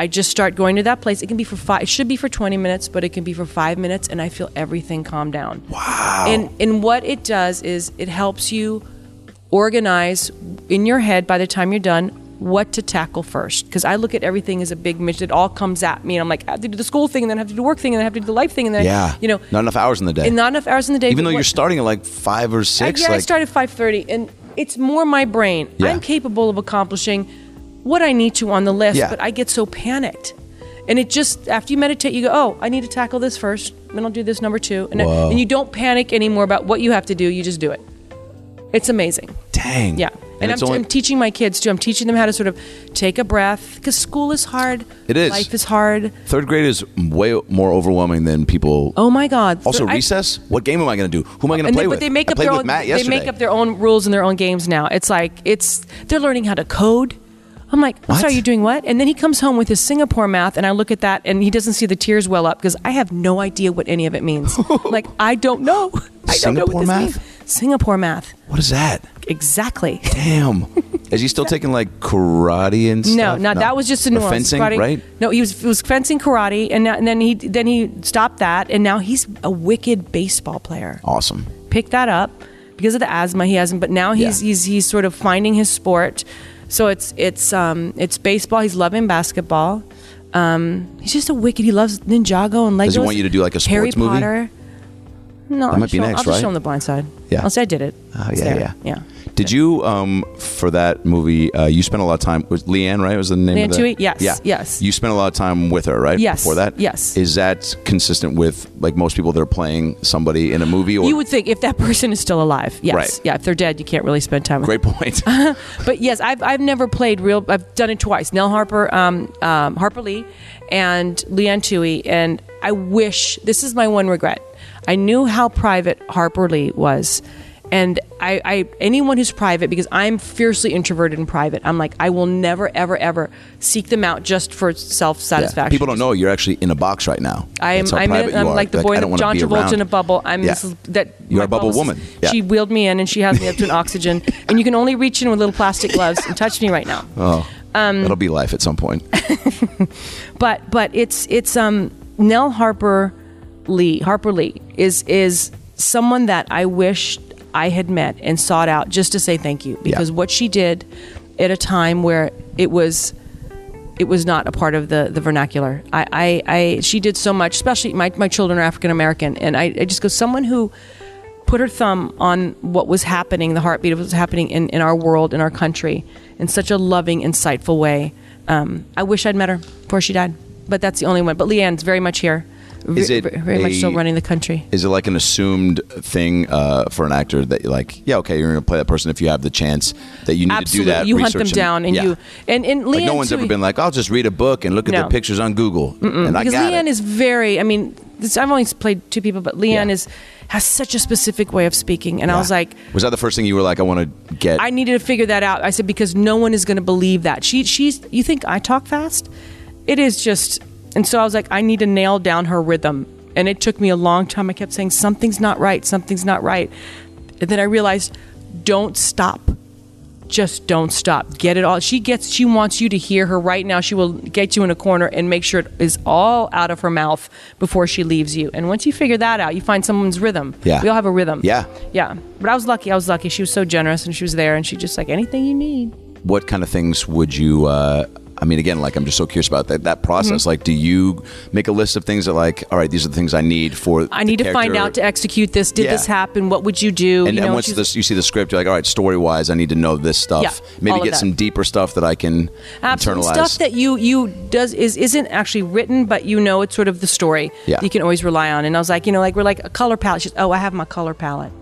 C: I just start going to that place. It can be for five. It should be for 20 minutes, but it can be for five minutes, and I feel everything calm down. Wow. And and what it does is it helps you organize in your head by the time you're done what to tackle first. Because I look at everything as a big mission. It all comes at me, and I'm like, I have to do the school thing, and then I have to do the work thing, and then I have to do the life thing, and then
A: Yeah.
C: you know,
A: not enough hours in the day.
C: and not enough hours in the day.
A: Even
C: but
A: though
C: what-
A: you're starting at like five or six.
C: I, yeah,
A: like,
C: I start at five thirty, and it's more my brain.
A: Yeah.
C: I'm capable of accomplishing what I need to on the list,
A: Yeah.
C: but I get so panicked, and it just after you meditate, you go, "Oh, I need to tackle this first, then I'll do this number two, and,
A: Whoa.
C: and you don't panic anymore about what you have to do. You just do it. It's amazing.
A: dang.
C: Yeah.
A: And,
C: And,
A: it's
C: I'm,
A: only
C: I'm teaching my kids too. I'm teaching them how to sort of take a breath because school is hard.
A: It is.
C: Life is hard.
A: third grade is way more overwhelming than people.
C: Oh my God.
A: also,
C: I-
A: recess. What game am I going to do? Who am I going to
C: and
A: play
C: they,
A: with?
C: But they make
A: I
C: up
A: played
C: their
A: with
C: own.
A: Matt
C: they
A: yesterday.
C: make up their own rules and their own games now. It's like it's they're learning how to code. I'm like, I'm
A: What?
C: sorry, you're doing what? And then he comes home with his Singapore math, and I look at that, and he doesn't see the tears well up because I have no idea what any of it
A: <laughs>
C: means. like I don't know. <laughs> I don't know
A: Singapore
C: what this
A: math?
C: means. Singapore math,
A: what is that?
C: exactly.
A: Damn. is he still taking like karate and stuff?
C: <laughs> No, not that was just a
A: Or
C: nuance.
A: Fencing,
C: Karate-
A: right?
C: No, he was it was fencing karate, and, now, and then he then he stopped that, and now he's a wicked baseball player.
A: Awesome.
C: picked that up because of the asthma he hasn't but now he's
A: Yeah.
C: he's he's sort of finding his sport so it's it's um it's baseball he's loving basketball um he's just a wicked he loves ninjago and legos
A: he want you to do, like, a
C: Harry
A: sports movie?
C: Potter no I'll
A: might be
C: show-
A: next,
C: I'll just
A: right?
C: show him the blind side
A: Yeah.
C: I'll say I did it
A: Oh
C: It's
A: yeah,
C: there.
A: yeah,
C: yeah
A: Did you um for that movie? Uh, you spent a lot of time was Leanne, right? Was the name
C: Leanne
A: of the
C: Tui? Yes,
A: yeah,
C: yes.
A: You spent a lot of time with her, right?
C: Yes,
A: Before that,
C: yes.
A: Is that consistent with like most people that are playing somebody in a movie? Or
C: you would think if that <laughs> person is still alive yes
A: Right.
C: yeah if they're dead you can't really spend time with
A: great
C: <laughs>
A: point.
C: But yes, I've, I've never played real. I've done it twice. Nell Harper, um, um, Harper Lee, and Leanne Tui. And I wish this is my one regret. I knew how private Harper Lee was, and I, I anyone who's private because I'm fiercely introverted and private. I'm like I will never ever ever seek them out just for self satisfaction.
A: People don't know you're actually in a box right now.
C: I'm,
A: That's how
C: I'm,
A: private
C: in,
A: you
C: I'm
A: are.
C: like the boy,
A: I
C: in
A: don't
C: the
A: wanna
C: John
A: be
C: Travolta in a
A: around.
C: bubble. I'm
A: Yeah.
C: this, that.
A: You're
C: my
A: a bubble woman. Yeah.
C: She wheeled me in and she has me up to an oxygen, and you can only reach in with little plastic gloves and touch me right now.
A: Oh,
C: Um,
A: that'll be life at some
C: <laughs>
A: point.
C: but but it's it's um Nell Harper Lee Harper Lee is is someone that I wish I had met and sought out just to say thank you because what she did at a time where it was it was not a part of the, the vernacular. I, I, I she did so much, especially my, my children are African American and I, I just go someone who put her thumb on what was happening, the heartbeat of what was happening in, in our world, in our country, in such a loving, insightful way. Um, I wish I'd met her before she died, but that's the only one. But Leanne's very much here, Ve-
A: Is it
C: ve- very much still
A: a-
C: running the country.
A: Is it like an assumed thing uh, for an actor that you're like, yeah, okay, you're going to play that person if you have the chance that you need
C: Absolutely,
A: to do that?
C: you hunt them
A: research
C: down, and
A: yeah.
C: you and and Leanne
A: Like no one's
C: too,
A: ever been like, I'll just read a book and look at
C: No.
A: the pictures on Google, and I
C: because
A: got
C: Leanne
A: it.
C: is very. I mean, this, I've only played two people, but Leanne
A: Yeah.
C: is has such a specific way of speaking, and I
A: Yeah.
C: was like,
A: was that the first thing you were like, I want to get?
C: I needed to figure that out. I said because no one is going to believe that. She she's you think I talk fast? It is just and so I was like I need to nail down her rhythm. And it took me a long time. I kept saying something's not right, something's not right. And then I realized don't stop. Just don't stop. Get it all. She gets she wants you to hear her right now. She will get you in a corner and make sure it is all out of her mouth before she leaves you. And once you figure that out, you find someone's rhythm.
A: Yeah.
C: We all have a rhythm.
A: Yeah.
C: Yeah. But I was lucky. I was lucky. She was so generous and she was there and she just like anything you need.
A: what kind of things would you? Uh, I mean, again, like I'm just so curious about that that
C: Mm-hmm.
A: process. Like, do you make a list of things that, like, all right, these are the things I need for?
C: I need to find out to execute this. Did
A: Yeah.
C: this happen? What would you do?
A: And,
C: you
A: and
C: know,
A: once
C: she's-
A: this, you see the script, you're like, all right, story wise, I need to know this stuff.
C: Yeah,
A: Maybe
C: all of
A: get
C: that.
A: some deeper stuff that I can
C: Absolutely.
A: internalize.
C: Stuff that you you does is isn't actually written, but you know it's sort of the story
A: Yeah.
C: that you can always rely on. And I was like, you know, like we're like a color palette. She's, oh, I have my color palette.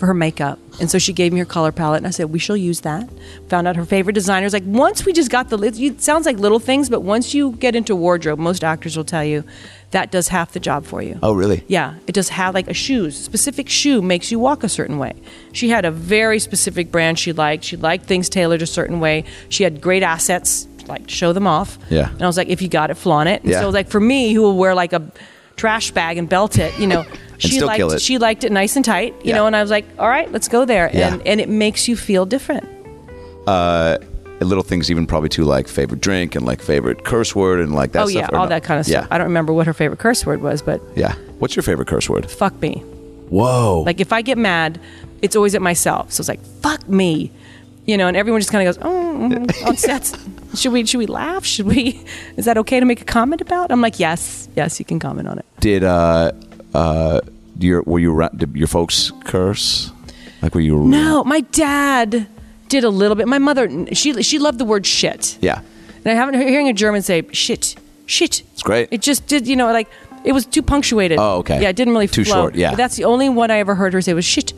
C: for her makeup. And so she gave me her color palette, and I said, We shall use that. Found out her favorite designers. Like, once we just got the, it it sounds like little things, but once you get into wardrobe, most actors will tell you that does half the job for you.
A: Oh, really?
C: Yeah, it does have like a shoes. Specific shoe makes you walk a certain way. She had a very specific brand she liked. She liked things tailored a certain way. She had great assets, like show them off.
A: Yeah.
C: And I was like, if you got it, flaunt it. And
A: Yeah.
C: so like for me, who will wear like a trash bag and belt it,
A: <laughs>
C: you know, she
A: still
C: liked
A: kill it.
C: she liked it nice and tight, you
A: Yeah.
C: know. And I was like, all right, let's go there.
A: Yeah.
C: And and it makes you feel different.
A: Little things, even probably too, like favorite drink and like favorite curse word and like that
C: oh
A: stuff.
C: yeah,
A: or
C: all
A: no?
C: that kind of stuff.
A: Yeah.
C: I don't remember what her favorite curse word was, but
A: Yeah. What's your favorite curse word?
C: fuck me.
A: Whoa.
C: Like if I get mad, it's always at myself. So it's like fuck me, you know. And everyone just kind of goes, oh, mm, on sets. Should we should we laugh? Should we? Is that okay to make a comment about? I'm like, yes, yes, you can comment on it.
A: did uh uh your were you ra- did your folks curse? Like were you
C: No, my dad did a little bit. My mother, she she loved the word shit.
A: Yeah.
C: And I haven't hearing a German say shit, shit.
A: It's great.
C: It just did, you know, like it was too punctuated.
A: Oh, okay.
C: Yeah, it didn't really
A: Too
C: flow.
A: short, yeah.
C: But that's the only one I ever heard her say was shit.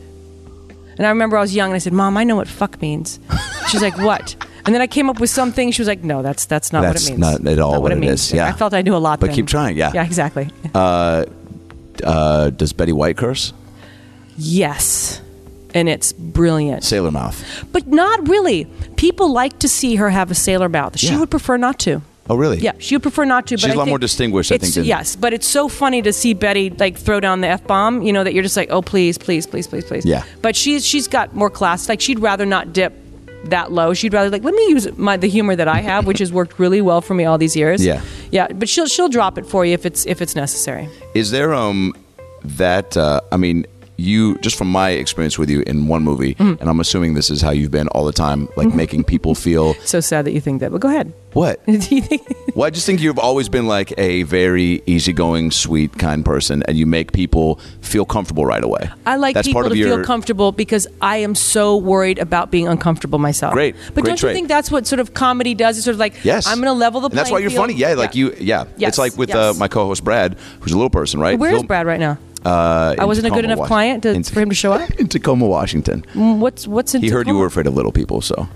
C: And I remember I was young and I said, "Mom, I know what fuck means." She's like, "What?" And then I came up with something. She was like, "No, that's that's not
A: That's
C: what it means."
A: not at all what it
C: means.
A: is, yeah.
C: I felt I knew a lot.
A: But
C: then.
A: keep trying, yeah.
C: Yeah, exactly.
A: Uh does Betty White curse?
C: yes, and it's brilliant.
A: Sailor mouth.
C: But not really. People like to see her have a sailor mouth. She
A: Yeah.
C: would prefer not to.
A: Oh really?
C: Yeah, she would prefer not to. But
A: She's
C: I
A: a lot
C: think
A: more distinguished, I
C: it's-
A: think, than-
C: yes, but it's so funny to see Betty like throw down the f bomb. You know that you're just like, oh please, please, please, please, please.
A: Yeah.
C: But she's she's got more class. Like she'd rather not dip that low. She'd rather like let me use my the humor that I have, which has worked really well for me all these years.
A: Yeah.
C: Yeah, but she'll she'll drop it for you if it's if it's necessary.
A: Is there um that uh, I mean you just from my experience with you in one movie,
C: Mm-hmm.
A: and I'm assuming this is how you've been all the time, like making people feel
C: So sad that you think that, but go ahead. <laughs>
A: what?
C: Do you think-
A: Well, I just think you've always been like a very easygoing, sweet, kind person, and you make people feel comfortable right away.
C: I like
A: That's
C: people
A: part
C: to
A: of your,
C: feel comfortable because I am so worried about being uncomfortable myself.
A: Great.
C: But
A: Great
C: don't
A: trait.
C: you think that's what sort of comedy does? It's sort of like,
A: Yes,
C: I'm going to level the
A: And that's why
C: playing
A: you're
C: field.
A: funny. Yeah, like you. Yeah, it's
C: Yes,
A: like with uh,
C: yes.
A: my co-host Brad, who's a little person, right?
C: Where is
A: Phil-
C: Brad right now?
A: Uh,
C: I
A: in
C: wasn't a good
A: Tacoma,
C: enough
A: Wash-
C: client to-
A: in-
C: for him to show up?
A: <laughs> in Tacoma, Washington.
C: Mm, What's what's in
A: He heard you
C: Tacoma?
A: were afraid of little people, so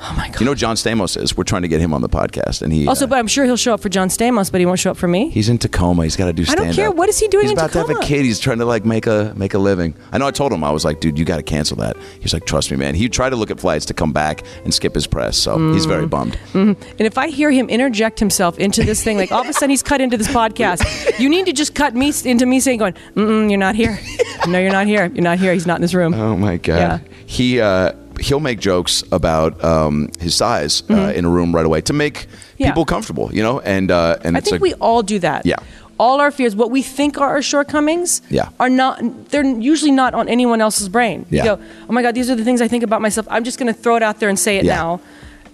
C: Oh my god.
A: you know John Stamos is. We're trying to get him on the podcast, and he
C: also,
A: uh,
C: but I'm sure he'll show up for John Stamos, but he won't show up for me.
A: He's in Tacoma. He's got to do
C: I
A: stand
C: don't care. What is he doing
A: He's
C: in
A: about to have a
C: Tacoma?
A: kid. He's trying to like make a make a living. I know. I told him I was like, dude, you got to cancel that. He's like, trust me, man. He tried to look at flights to come back and skip his press, so he's
C: Mm.
A: very bummed.
C: and if I hear him interject himself into this thing, like all of a sudden he's cut into this podcast, you need to just cut me into me saying, "Going, Mm-mm, you're not here. <laughs> No, you're not here. You're not here. He's not in this room."
A: Oh my god.
C: Yeah.
A: He uh, he'll make jokes about um, his size uh, in a room right away to make
C: Mm-hmm. Yeah.
A: people comfortable, you know. And uh, and
C: I
A: it's
C: think
A: a,
C: we all do that.
A: Yeah.
C: All our fears, what we think are our shortcomings,
A: Yeah.
C: are not. They're usually not on anyone else's brain.
A: Yeah.
C: You go, oh my God, these are the things I think about myself. I'm just going to throw it out there and say it
A: Yeah.
C: now,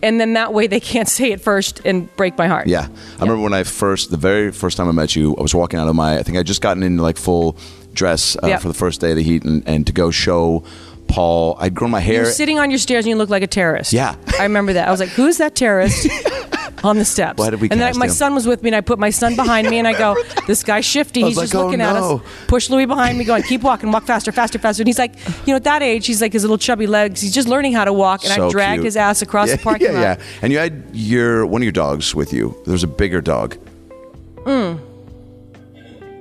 C: and then that way they can't say it first and break my heart.
A: Yeah. I remember when I first, the very first time I met you, I was walking out of my, I think I just gotten into like full dress uh,
C: Yeah.
A: for the first day of the heat and, and to go show Paul. I'd grown my hair.
C: You're sitting on your stairs and you look like a terrorist.
A: Yeah.
C: I remember that. I was like, who's that
A: <laughs>
C: terrorist on the steps?
A: Why did we
C: and then I-
A: cast
C: my
A: him?
C: son was with me and I put my son behind me and I
A: <laughs>
C: go, this guy's shifty.
A: I
C: He's
A: was
C: just
A: like, oh,
C: looking at
A: no.
C: us. Push Louis behind me going, keep walking, walk faster, faster, faster. And he's like, you know, at that age, he's like his little chubby legs. He's just learning how to walk. And
A: So
C: I dragged
A: cute.
C: his ass
A: <laughs>
C: across
A: yeah,
C: the parking
A: yeah,
C: lot.
A: Yeah. And you had your, one of your dogs with you. There was a bigger dog.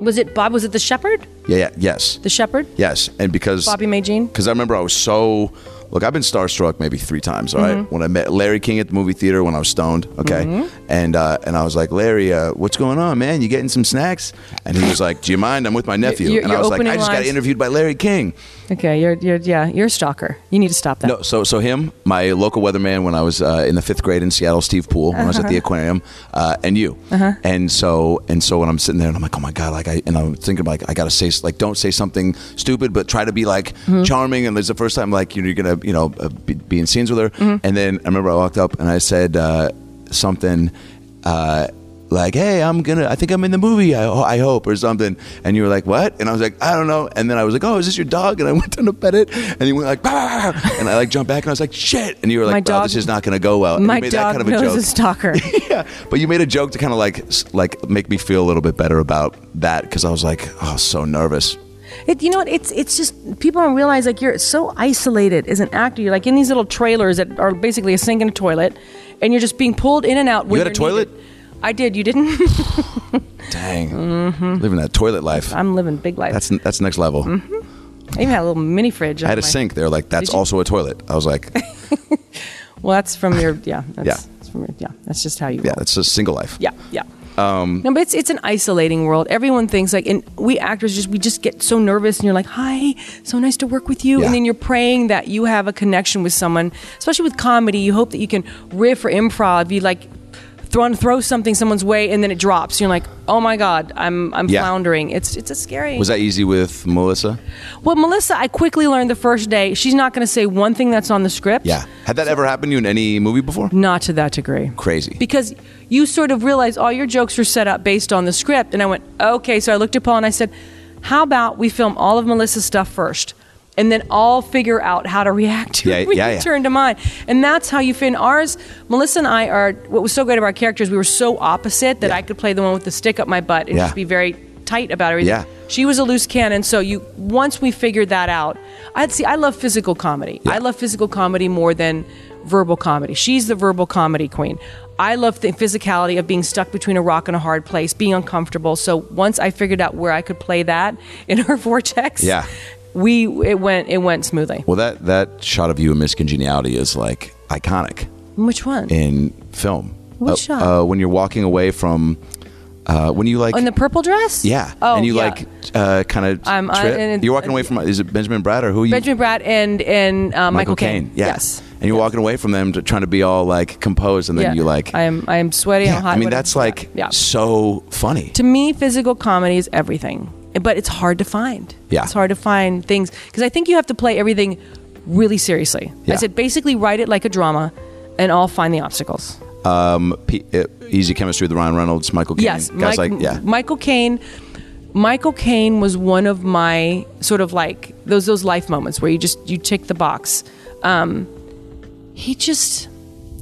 C: Was it Bob? Was it the shepherd?
A: Yeah. yeah yes.
C: The shepherd?
A: Yes, and because
C: Bobby May Jean?
A: Because I remember I was so look. I've been starstruck maybe three times. All right,
C: Mm-hmm.
A: when I met Larry King at the movie theater when I was stoned. Okay, and uh, and I was like, Larry, uh, what's going on, man? You getting some snacks? And he was like, Do you mind? I'm with my nephew.
C: you're-
A: and I
C: you're
A: was like, I
C: opening
A: just got
C: lines.
A: interviewed by Larry King.
C: Okay, you're, you're, yeah, you're a stalker. You need to stop that.
A: No, so so him, my local weatherman when I was uh, in the fifth grade in Seattle, Steve Poole, when I was at the aquarium, uh, and you, and so and so when I'm sitting there and I'm like, oh my god, like I and I'm thinking like I gotta say like don't say something stupid, but try to be like charming. And it's the first time like you know, you're gonna you know uh, be, be in scenes with her, and then I remember I walked up and I said uh, something. Uh, like, hey, I'm gonna, I think I'm in the movie, I, I hope, or something. And you were like, what? And I was like, I don't know. And then I was like, oh, is this your dog? And I <laughs> went down to pet it, and he went like, "Bah!" and I like jumped back, and I was like, shit. And you were like,
C: My
A: "Wow,
C: dog-
A: this is not gonna go well. And
C: my
A: you made that
C: dog
A: kind of a
C: knows
A: joke. <laughs>
C: a stalker.
A: yeah, but you made a joke to kind of like, s- like make me feel a little bit better about that because I was like, oh, so nervous.
C: It, you know what? It's it's just people don't realize like you're so isolated as an actor. You're like in these little trailers that are basically a sink and a toilet, and you're just being pulled in and out. when
A: had a
C: you're
A: toilet?
C: needed. I did. You didn't. <laughs>
A: Dang,
C: Mm-hmm.
A: living that toilet life.
C: I'm living big life.
A: That's that's next level.
C: I even had a little mini fridge.
A: I had a sink. They're like, that's
C: Mm-hmm. Did you-
A: also a toilet. I was
C: <laughs>
A: like,
C: Well, that's from your yeah. That's,
A: Yeah.
C: That's from your, yeah. That's just how you.
A: yeah,
C: roll.
A: that's a single life.
C: Yeah, yeah.
A: Um,
C: no, but it's it's an isolating world. Everyone thinks like, and we actors just we just get so nervous, and you're like, "Hi, so nice to work with you,"
A: Yeah.
C: and then you're praying that you have a connection with someone, especially with comedy. You hope that you can riff or improv. You like throw throw something someone's way, and then it drops. You're like, "Oh my god, I'm I'm
A: Yeah.
C: floundering." It's it's a scary.
A: Was that easy with Melissa?
C: well, Melissa, I quickly learned the first day she's not going to say one thing that's on the script.
A: Yeah. Had that ever happened to you in any movie before?
C: Not to that degree.
A: Crazy.
C: Because you sort of realize all your jokes are set up based on the script. And I went, okay. So I looked at Paul and I said, how about we film all of Melissa's stuff first? And then all figure out how to react to
A: Yeah,
C: it <laughs> when
A: yeah,
C: you
A: yeah.
C: turn to mine. And that's how you fit in ours. Melissa and I are, what was so great about our characters, we were so opposite that
A: Yeah.
C: I could play the one with the stick up my butt and
A: Yeah.
C: just be very tight about everything.
A: Yeah.
C: She was a loose cannon. So you, once we figured that out, I'd see, I love physical comedy. I love physical comedy more than verbal comedy. She's the verbal comedy queen. I love the physicality of being stuck between a rock and a hard place, being uncomfortable. So once I figured out where I could play that <laughs> in her vortex,
A: Yeah.
C: we it went it went smoothly.
A: Well, that that shot of you in Miss Congeniality is like iconic
C: Which one?
A: in film.
C: What
A: Uh,
C: shot?
A: Uh, when you're walking away from, uh, when you like,
C: In the purple dress?
A: yeah,
C: Oh,
A: and you
C: yeah.
A: like uh, kind of
C: I'm- I-
A: trip.
C: and-
A: you're walking away from. Is it Benjamin Brad or who? Are you,
C: Benjamin Bratt and and uh, Michael Caine.
A: Yeah.
C: Yes.
A: And you're walking away from them, to, trying to be all like composed, and then
C: Yeah.
A: you like.
C: I am I am sweaty.
A: yeah,
C: I'm hot.
A: I mean,
C: whatever.
A: that's like
C: yeah.
A: so funny.
C: to me, physical comedy is everything, but it's hard to find.
A: Yeah.
C: It's hard to find things because I think you have to play everything really seriously.
A: Yeah.
C: I said basically write it like a drama, and I'll find the obstacles.
A: P- uh, easy chemistry with Ryan Reynolds, Michael Caine.
C: Yes,
A: guys
C: Mike-
A: like yeah.
C: Michael Caine. Michael Caine was one of my sort of like those those life moments where you just you tick the box. Um, he just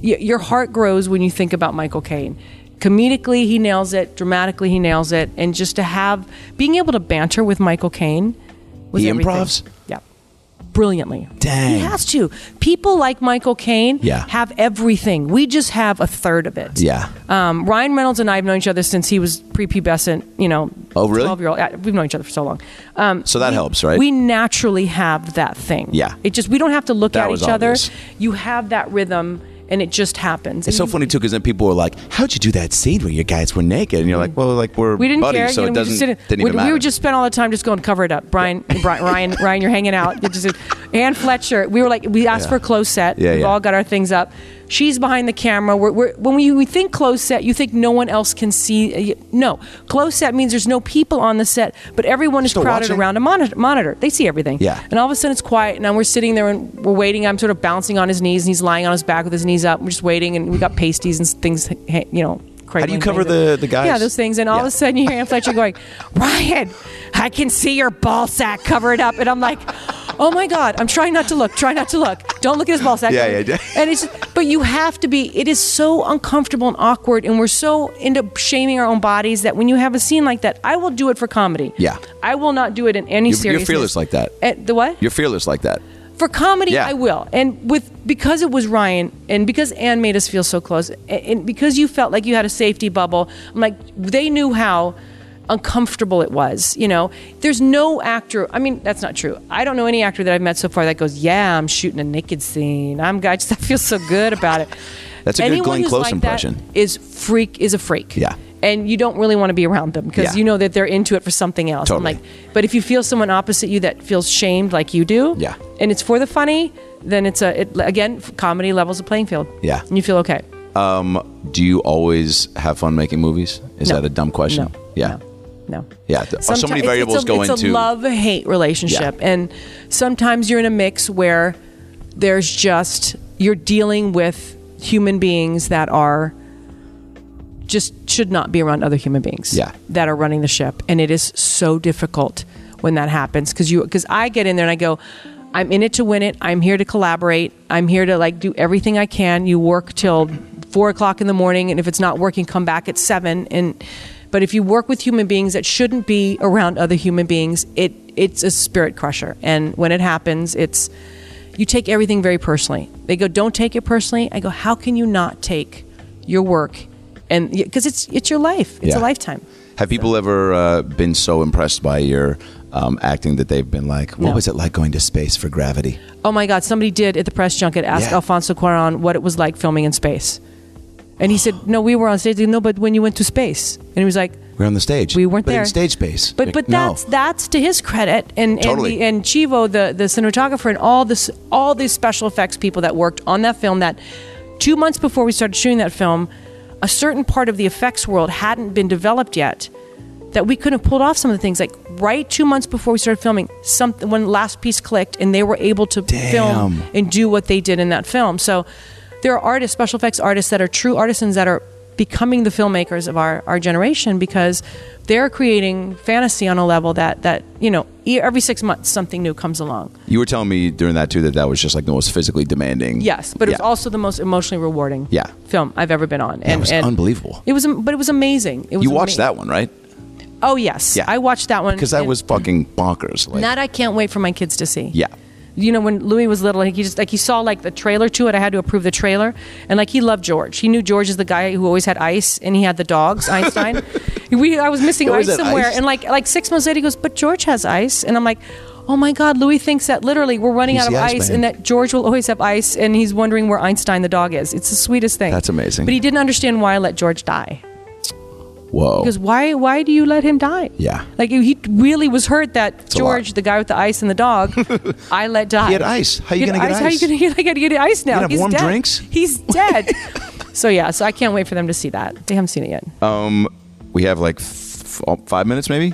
C: y- your heart grows when you think about Michael Caine. Comedically, he nails it. Dramatically, he nails it. And just to have being able to banter with Michael Caine, was
A: He
C: everything.
A: improvs?
C: Yeah, brilliantly.
A: Dang.
C: he has to. People like Michael Caine
A: Yeah.
C: have everything. We just have a third of it.
A: yeah.
C: Um, Ryan Reynolds and I have known each other since he was prepubescent, you know,
A: Oh, really?
C: 12 year old. Yeah, we've known each other for so long. Um,
A: So that
C: we-
A: helps, right?
C: We naturally have that thing.
A: Yeah.
C: It just, we don't have to look
A: That
C: at
A: was
C: each other.
A: obvious.
C: You have that rhythm and it just happens.
A: It's so funny too, because then people were like, "How'd you do that scene where you guys were naked?" And you're like, "Well, like we're
C: We didn't
A: buddies,
C: care.
A: so
C: you
A: it
C: know, we, just
A: doesn't didn't,
C: didn't-
A: even
C: we,
A: matter."
C: we would just spend all the time just going cover it up. Brian, Brian,
A: <laughs>
C: Ryan, Ryan, you're hanging out. You just- Ann Fletcher. We were like, we asked
A: Yeah.
C: for a close set.
A: Yeah,
C: We've
A: yeah.
C: all got our things up. She's behind the camera. We're, we're, when we, we think close set, you think no one else can see. uh, No, close set means there's no people on the set, but everyone is
A: Still
C: crowded
A: watching?
C: around a monitor, monitor. They see everything.
A: Yeah.
C: And all of a sudden it's quiet. Now we're sitting there and we're waiting. I'm sort of bouncing on his knees and he's lying on his back with his knees up. We're just waiting and we got pasties and things, you know.
A: How do you
C: cradling
A: cover
C: things.
A: the the guys?
C: Yeah, those things. And all
A: Yeah.
C: of a sudden you hear Ann Fletcher going, Ryan, I can see your ball sack. Cover it up. And I'm like, oh my God, I'm trying not to look. Try not to look. Don't look at his ball sack.
A: Yeah, yeah, yeah.
C: <laughs> And it's, but you have to be, it is so uncomfortable and awkward. And we're so into shaming our own bodies that when you have a scene like that, I will do it for comedy.
A: Yeah.
C: I will not do it in any
A: You're- you're
C: seriousness.
A: fearless like that.
C: And the what?
A: You're fearless like that.
C: for comedy
A: Yeah.
C: i will and with because it was ryan and because anne made us feel so close and, and because you felt like you had a safety bubble i'm like they knew how uncomfortable it was you know there's no actor i mean that's not true i don't know any actor that i've met so far that goes yeah i'm shooting a naked scene i'm i just <laughs> i feel so good about it
A: <laughs> That's a good
C: Anyone
A: Glenn
C: who's
A: Close
C: like
A: impression.
C: that is freak is a freak
A: Yeah.
C: and you don't really want to be around them
A: Yeah.
C: because you know that they're into it for something else I'm
A: Totally.
C: like but if you feel someone opposite you that feels shamed like you do
A: Yeah.
C: and it's for the funny, then it's a it, again f- comedy levels the playing field.
A: Yeah.
C: and you feel okay.
A: Do you always have fun making movies? Is
C: No.
A: that a dumb question?
C: No.
A: Yeah.
C: No. no.
A: Yeah. Th- so
C: Someti-
A: many
C: it's-
A: variables
C: it's a,
A: go
C: it's
A: into
C: a love hate relationship, and sometimes you're in a mix where there's just you're dealing with human beings that are just should not be around other human beings
A: Yeah.
C: that are running the ship and it is so difficult when that happens because you because i get in there and i go i'm in it to win it i'm here to collaborate i'm here to like do everything i can you work till four o'clock in the morning and if it's not working come back at seven and but if you work with human beings that shouldn't be around other human beings it it's a spirit crusher. And when it happens, it's you take everything very personally. They go, "Don't take it personally." I go, "How can you not take your work?" And because it's it's your life, it's
A: Yeah.
C: a lifetime.
A: Have people ever uh, been so impressed by your um, acting that they've been like, "What
C: No.
A: was it like going to space for gravity?"
C: Oh my God, somebody did at the press junket ask
A: Yeah.
C: Alfonso Cuaron what it was like filming in space. And he said, No, we were on stage. They go, No, but when you went to space. And he was like,
A: We're on the stage.
C: We weren't
A: but
C: there.
A: in stage space.
C: But
A: Like,
C: but
A: no.
C: that's that's to his credit and and,
A: Totally.
C: the, and Chivo the the cinematographer and all this all these special effects people that worked on that film that two months before we started shooting that film, a certain part of the effects world hadn't been developed yet that we couldn't have pulled off some of the things like right two months before we started filming something when last piece clicked and they were able to film and do what they did in that film so there are artists special effects artists that are true artisans that are becoming the filmmakers of our, our generation because they're creating fantasy on a level that that you know e- every six months something new comes along
A: you were telling me during that too that that was just like the most physically demanding.
C: yes but it was
A: Yeah.
C: also the most emotionally rewarding
A: Yeah.
C: film i've ever been on and
A: it was unbelievable.
C: it was am- but it was amazing it was
A: You watched
C: ama-
A: that one, right?
C: oh yes
A: Yeah.
C: i watched that one
A: Because that
C: and-
A: was fucking bonkers. Like,
C: that I can't wait for my kids to see.
A: Yeah.
C: You know, when Louis was little, like, he just like he saw like the trailer to it. I had to approve the trailer, and like he loved George. He knew George is the guy who always had ice, and he had the
A: <laughs>
C: dogs. Einstein. we I was missing
A: always
C: ice
A: had
C: somewhere,
A: ice.
C: and like like six months later, he goes, "But George has ice," and I'm like. Oh my God! Louis thinks that literally we're running
A: He's
C: out of
A: the ice
C: ice,
A: man.
C: and that George will always have ice, and he's wondering where Einstein the dog is. It's the sweetest thing.
A: That's amazing.
C: But he didn't understand why I let George die.
A: whoa.
C: Because why? Why do you let him die?
A: Yeah.
C: Like he really was hurt that
A: a
C: George,
A: lot.
C: the guy with the ice and the
A: <laughs>
C: dog, I let die.
A: He had ice. How you
C: He had
A: gonna get
C: How
A: ice?
C: you gonna like, get ice now?
A: You gonna have
C: He's
A: warm
C: dead.
A: drinks? <laughs>
C: He's dead. so yeah. So I can't wait for them to see that. They haven't seen it yet.
A: we have like f- f- five minutes, maybe.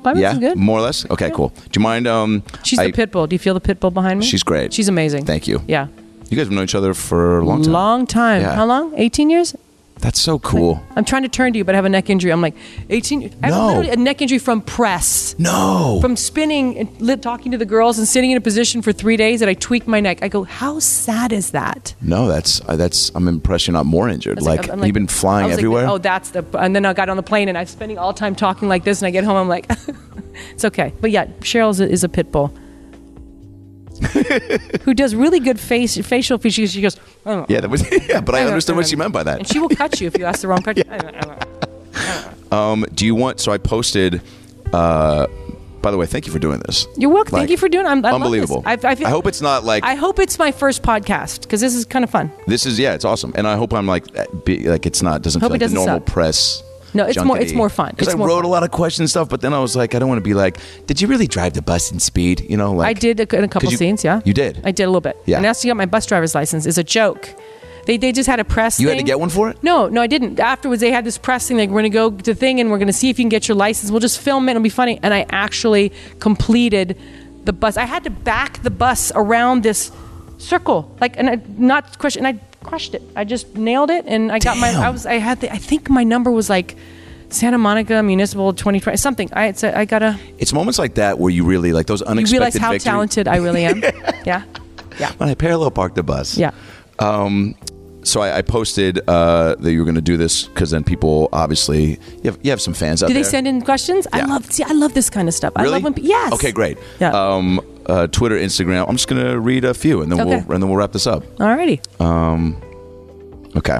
C: Five minutes
A: yeah,
C: is good.
A: more or less. Okay, cool. Do you mind? Um,
C: She's
A: I-
C: the pit bull. Do you feel the pit bull behind me?
A: She's great.
C: She's amazing.
A: Thank you.
C: Yeah.
A: You guys have known each other for a long time.
C: Long time.
A: Yeah.
C: How long? 18 years?
A: That's so cool.
C: I'm trying to turn to you, but I have a neck injury. I'm like, 18. I have
A: No.
C: literally a neck injury from press.
A: No.
C: from spinning and li- talking to the girls and sitting in a position for three days that I tweak my neck. I go, how sad is that?
A: no, that's uh, that's. I'm impressed you're not more injured.
C: I was
A: Like,
C: I'm
A: you've been
C: I
A: flying
C: was like,
A: everywhere.
C: oh, that's the. And then I got on the plane and I'm spending all time talking like this. And I get home, I'm like, <laughs> it's okay. But yeah, Cheryl is a, is a
A: <laughs>
C: pit bull. who does really good face facial features? She goes, oh.
A: <laughs> yeah, that was. <laughs> Yeah, but I understood what she meant by
C: and <laughs>
A: that.
C: she will cut you if you ask
A: <laughs>
C: the wrong question.
A: Um, do you want? So I posted. Uh, by the way, thank you for doing this.
C: You're welcome.
A: Like,
C: Thank you for doing. it. I'm I love this.
A: unbelievable.
C: I've- I've-
A: I hope it's not like
C: I hope it's my first podcast because this is kind of fun.
A: this is. Yeah, it's awesome, and I hope I'm like uh, be, like it's not doesn't
C: Hope
A: feel
C: it
A: like the
C: doesn't
A: normal
C: suck.
A: press.
C: No, it's more- it's more fun.
A: Because
C: It's
A: I
C: more
A: wrote
C: fun.
A: a lot of question stuff, but then I was like, I don't want to be like, did you really drive the bus in speed? You know, like
C: I did a, in a couple
A: you-
C: scenes, yeah.
A: you did?
C: I did a little bit.
A: Yeah.
C: And I asked to get my bus driver's license is a joke. They, they just had a press.
A: You had to
C: thing.
A: get one for it?
C: No, no, I didn't. Afterwards, they had this press thing. Like, we're going to go to the thing and we're going to see if you can get your license. We'll just film it. It'll be funny. And I actually completed the bus. I had to back the bus around this circle, like, and I, not question. And I crushed it. I just nailed it, and I got
A: Damn.
C: my. I was. I had. The, I think my number was like Santa Monica Municipal 2020 something. I. It's a, I got a.
A: It's moments like that where you really like those
C: You
A: unexpected.
C: realize how
A: victory-
C: talented I
A: <laughs>
C: really am. yeah. Yeah.
A: When I parallel parked the bus.
C: Yeah.
A: So I, I posted uh, that you were going to do this because then people obviously you have, you have some fans out
C: Do
A: there.
C: they send in questions? I
A: Yeah.
C: love see I love this kind of stuff. I
A: Really?
C: love when pe- yes.
A: Okay, great.
C: Yeah.
A: Um, uh, Twitter, Instagram. I'm just going to read a few and then
C: Okay.
A: we'll and then we'll wrap this up.
C: Alrighty.
A: Okay.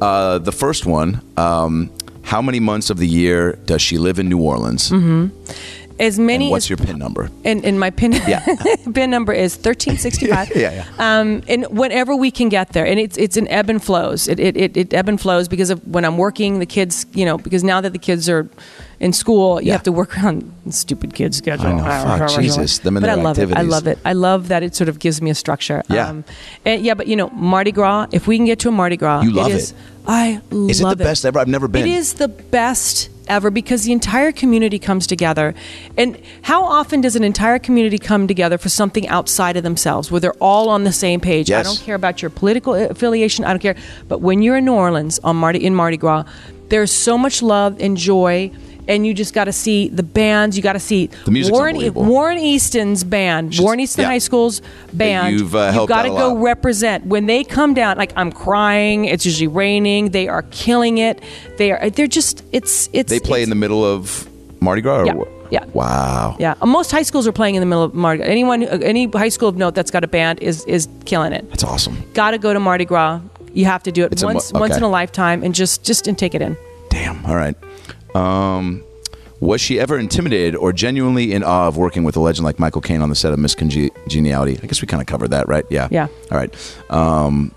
A: Uh, the first one. Um, how many months of the year does she live in New Orleans?
C: Mm-hmm. As many
A: And what's
C: as
A: your pin number?
C: and, and my pin <laughs> pin number is thirteen sixty
A: <laughs>
C: five.
A: Yeah,
C: Um, and whenever we can get there, and it's it's an ebb and flows. It it, it, it ebb and flows because of when I'm working, the kids, you know, because now that the kids are in school, you
A: Yeah.
C: have to work <laughs> on stupid kids schedule.
A: I know, fuck, Jesus, them and
C: but
A: their
C: I love it. I
A: activities.
C: love it. I love that it sort of gives me a structure. Um,
A: Yeah.
C: and yeah, but you know, Mardi Gras. If we can get to a Mardi Gras,
A: You love
C: is,
A: it.
C: I love
A: Is it the best ever? I've never been.
C: it is the best ever because the entire community comes together. And how often does an entire community come together for something outside of themselves where they're all on the same page? I
A: Yes.
C: don't care about your political affiliation, I don't care. But when you're in New Orleans on Mardi in Mardi Gras, there's so much love and joy and you just got to see the bands. You got to see
A: The music's
C: Warren, E,
A: unbelievable.
C: Warren Easton's band, Warren Easton
A: yeah.
C: High School's band.
A: You've, uh, helped
C: got to
A: out a
C: go
A: lot.
C: represent when they come down like i'm crying it's usually raining they are killing it they are they're just it's it's
A: They play in the middle of Mardi Gras. Or
C: yeah.
A: what?
C: Yeah.
A: Wow.
C: Yeah. Uh, Most high schools are playing in the middle of Mardi Gras. Anyone, uh, any high school of note that's got a band is is killing it.
A: That's awesome.
C: Got to go to Mardi Gras. You have to do it
A: a mo-
C: once once
A: okay.
C: in a lifetime and just just and take it in.
A: Damn. All right. Um, was she ever intimidated or genuinely in awe of working with a legend like Michael Caine on the set of Miss Congeniality? I guess we kind of covered that, right? Yeah.
C: Yeah.
A: All right. Um,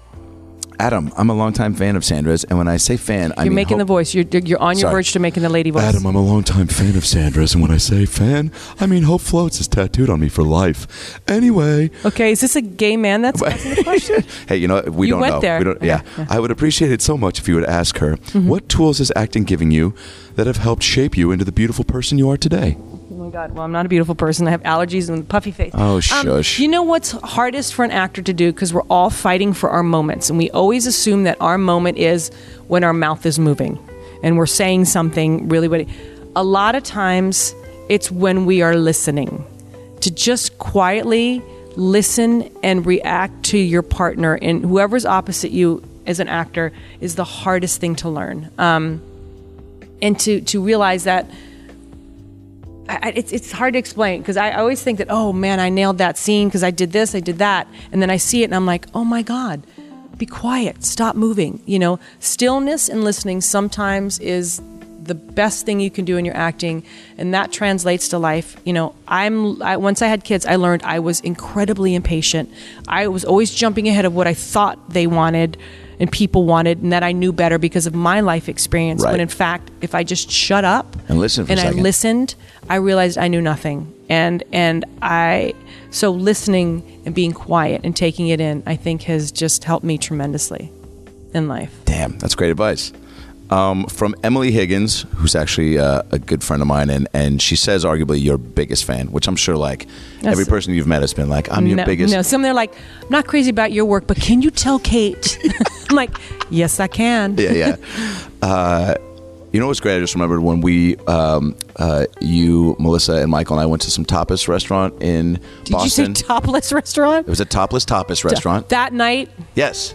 A: Adam, I'm a longtime fan of Sandra's, and when I say fan, I
C: You're
A: mean
C: making the
A: hope-
C: voice. You're you're on your
A: Sorry.
C: verge to making the lady voice.
D: Adam, I'm a longtime fan of Sandra's, and when I say fan, I mean Hope Floats is tattooed on me for life. Anyway,
C: Okay, is this a gay
A: <laughs>
C: man that's asking
D: <laughs>
C: the question?
A: Hey, you know what? we
C: You
A: don't
C: went
A: know.
C: there. Mm-hmm.
A: We don't, yeah.
D: I would appreciate it so much if you would ask her what tools is acting giving you that have helped shape you into the beautiful person you are today.
C: Oh my God. Well, I'm not a beautiful person. I have allergies and puffy face. Um,
A: Oh, shush.
C: You know what's hardest for an actor to do because we're all fighting for our moments, and we always assume that our moment is when our mouth is moving and we're saying something really. Witty. A lot of times, it's when we are listening to just quietly listen and react to your partner and whoever's opposite you as an actor is the hardest thing to learn um, and to to realize that I, I- it's, it's hard to explain because I always think that, oh man, I nailed that scene because I did this, I did that. And then I see it and I'm like, oh my God, be quiet, stop moving. You know, stillness and listening sometimes is the best thing you can do in your acting. And that translates to life. You know, I'm, I, once I had kids, I learned I was incredibly impatient. I was always jumping ahead of what I thought they wanted and people wanted and that I knew better because of my life experience.
A: Right.
C: When in fact, if I just shut up
A: And listen for a
C: and I
A: second.
C: listened, I realized I knew nothing. And and I so listening and being quiet and taking it in, I think has just helped me tremendously in life.
A: Damn, that's great advice. Um, from Emily Higgins, who's actually uh, a good friend of mine, and, and she says arguably your biggest fan, which I'm sure like every person you've met has been like, I'm your
C: no,
A: biggest.
C: no, some they're like, I'm not crazy about your work, but can you tell Kate?
A: <laughs>
C: I'm like, yes, I can.
A: Yeah,
C: <laughs>
A: yeah. uh, you know what's great? I just remembered when we, um, uh, you, Melissa, and Michael and I went to some tapas restaurant in
C: Did
A: Boston.
C: you say topless restaurant?
A: it was a topless tapas restaurant.
C: That night,
A: yes.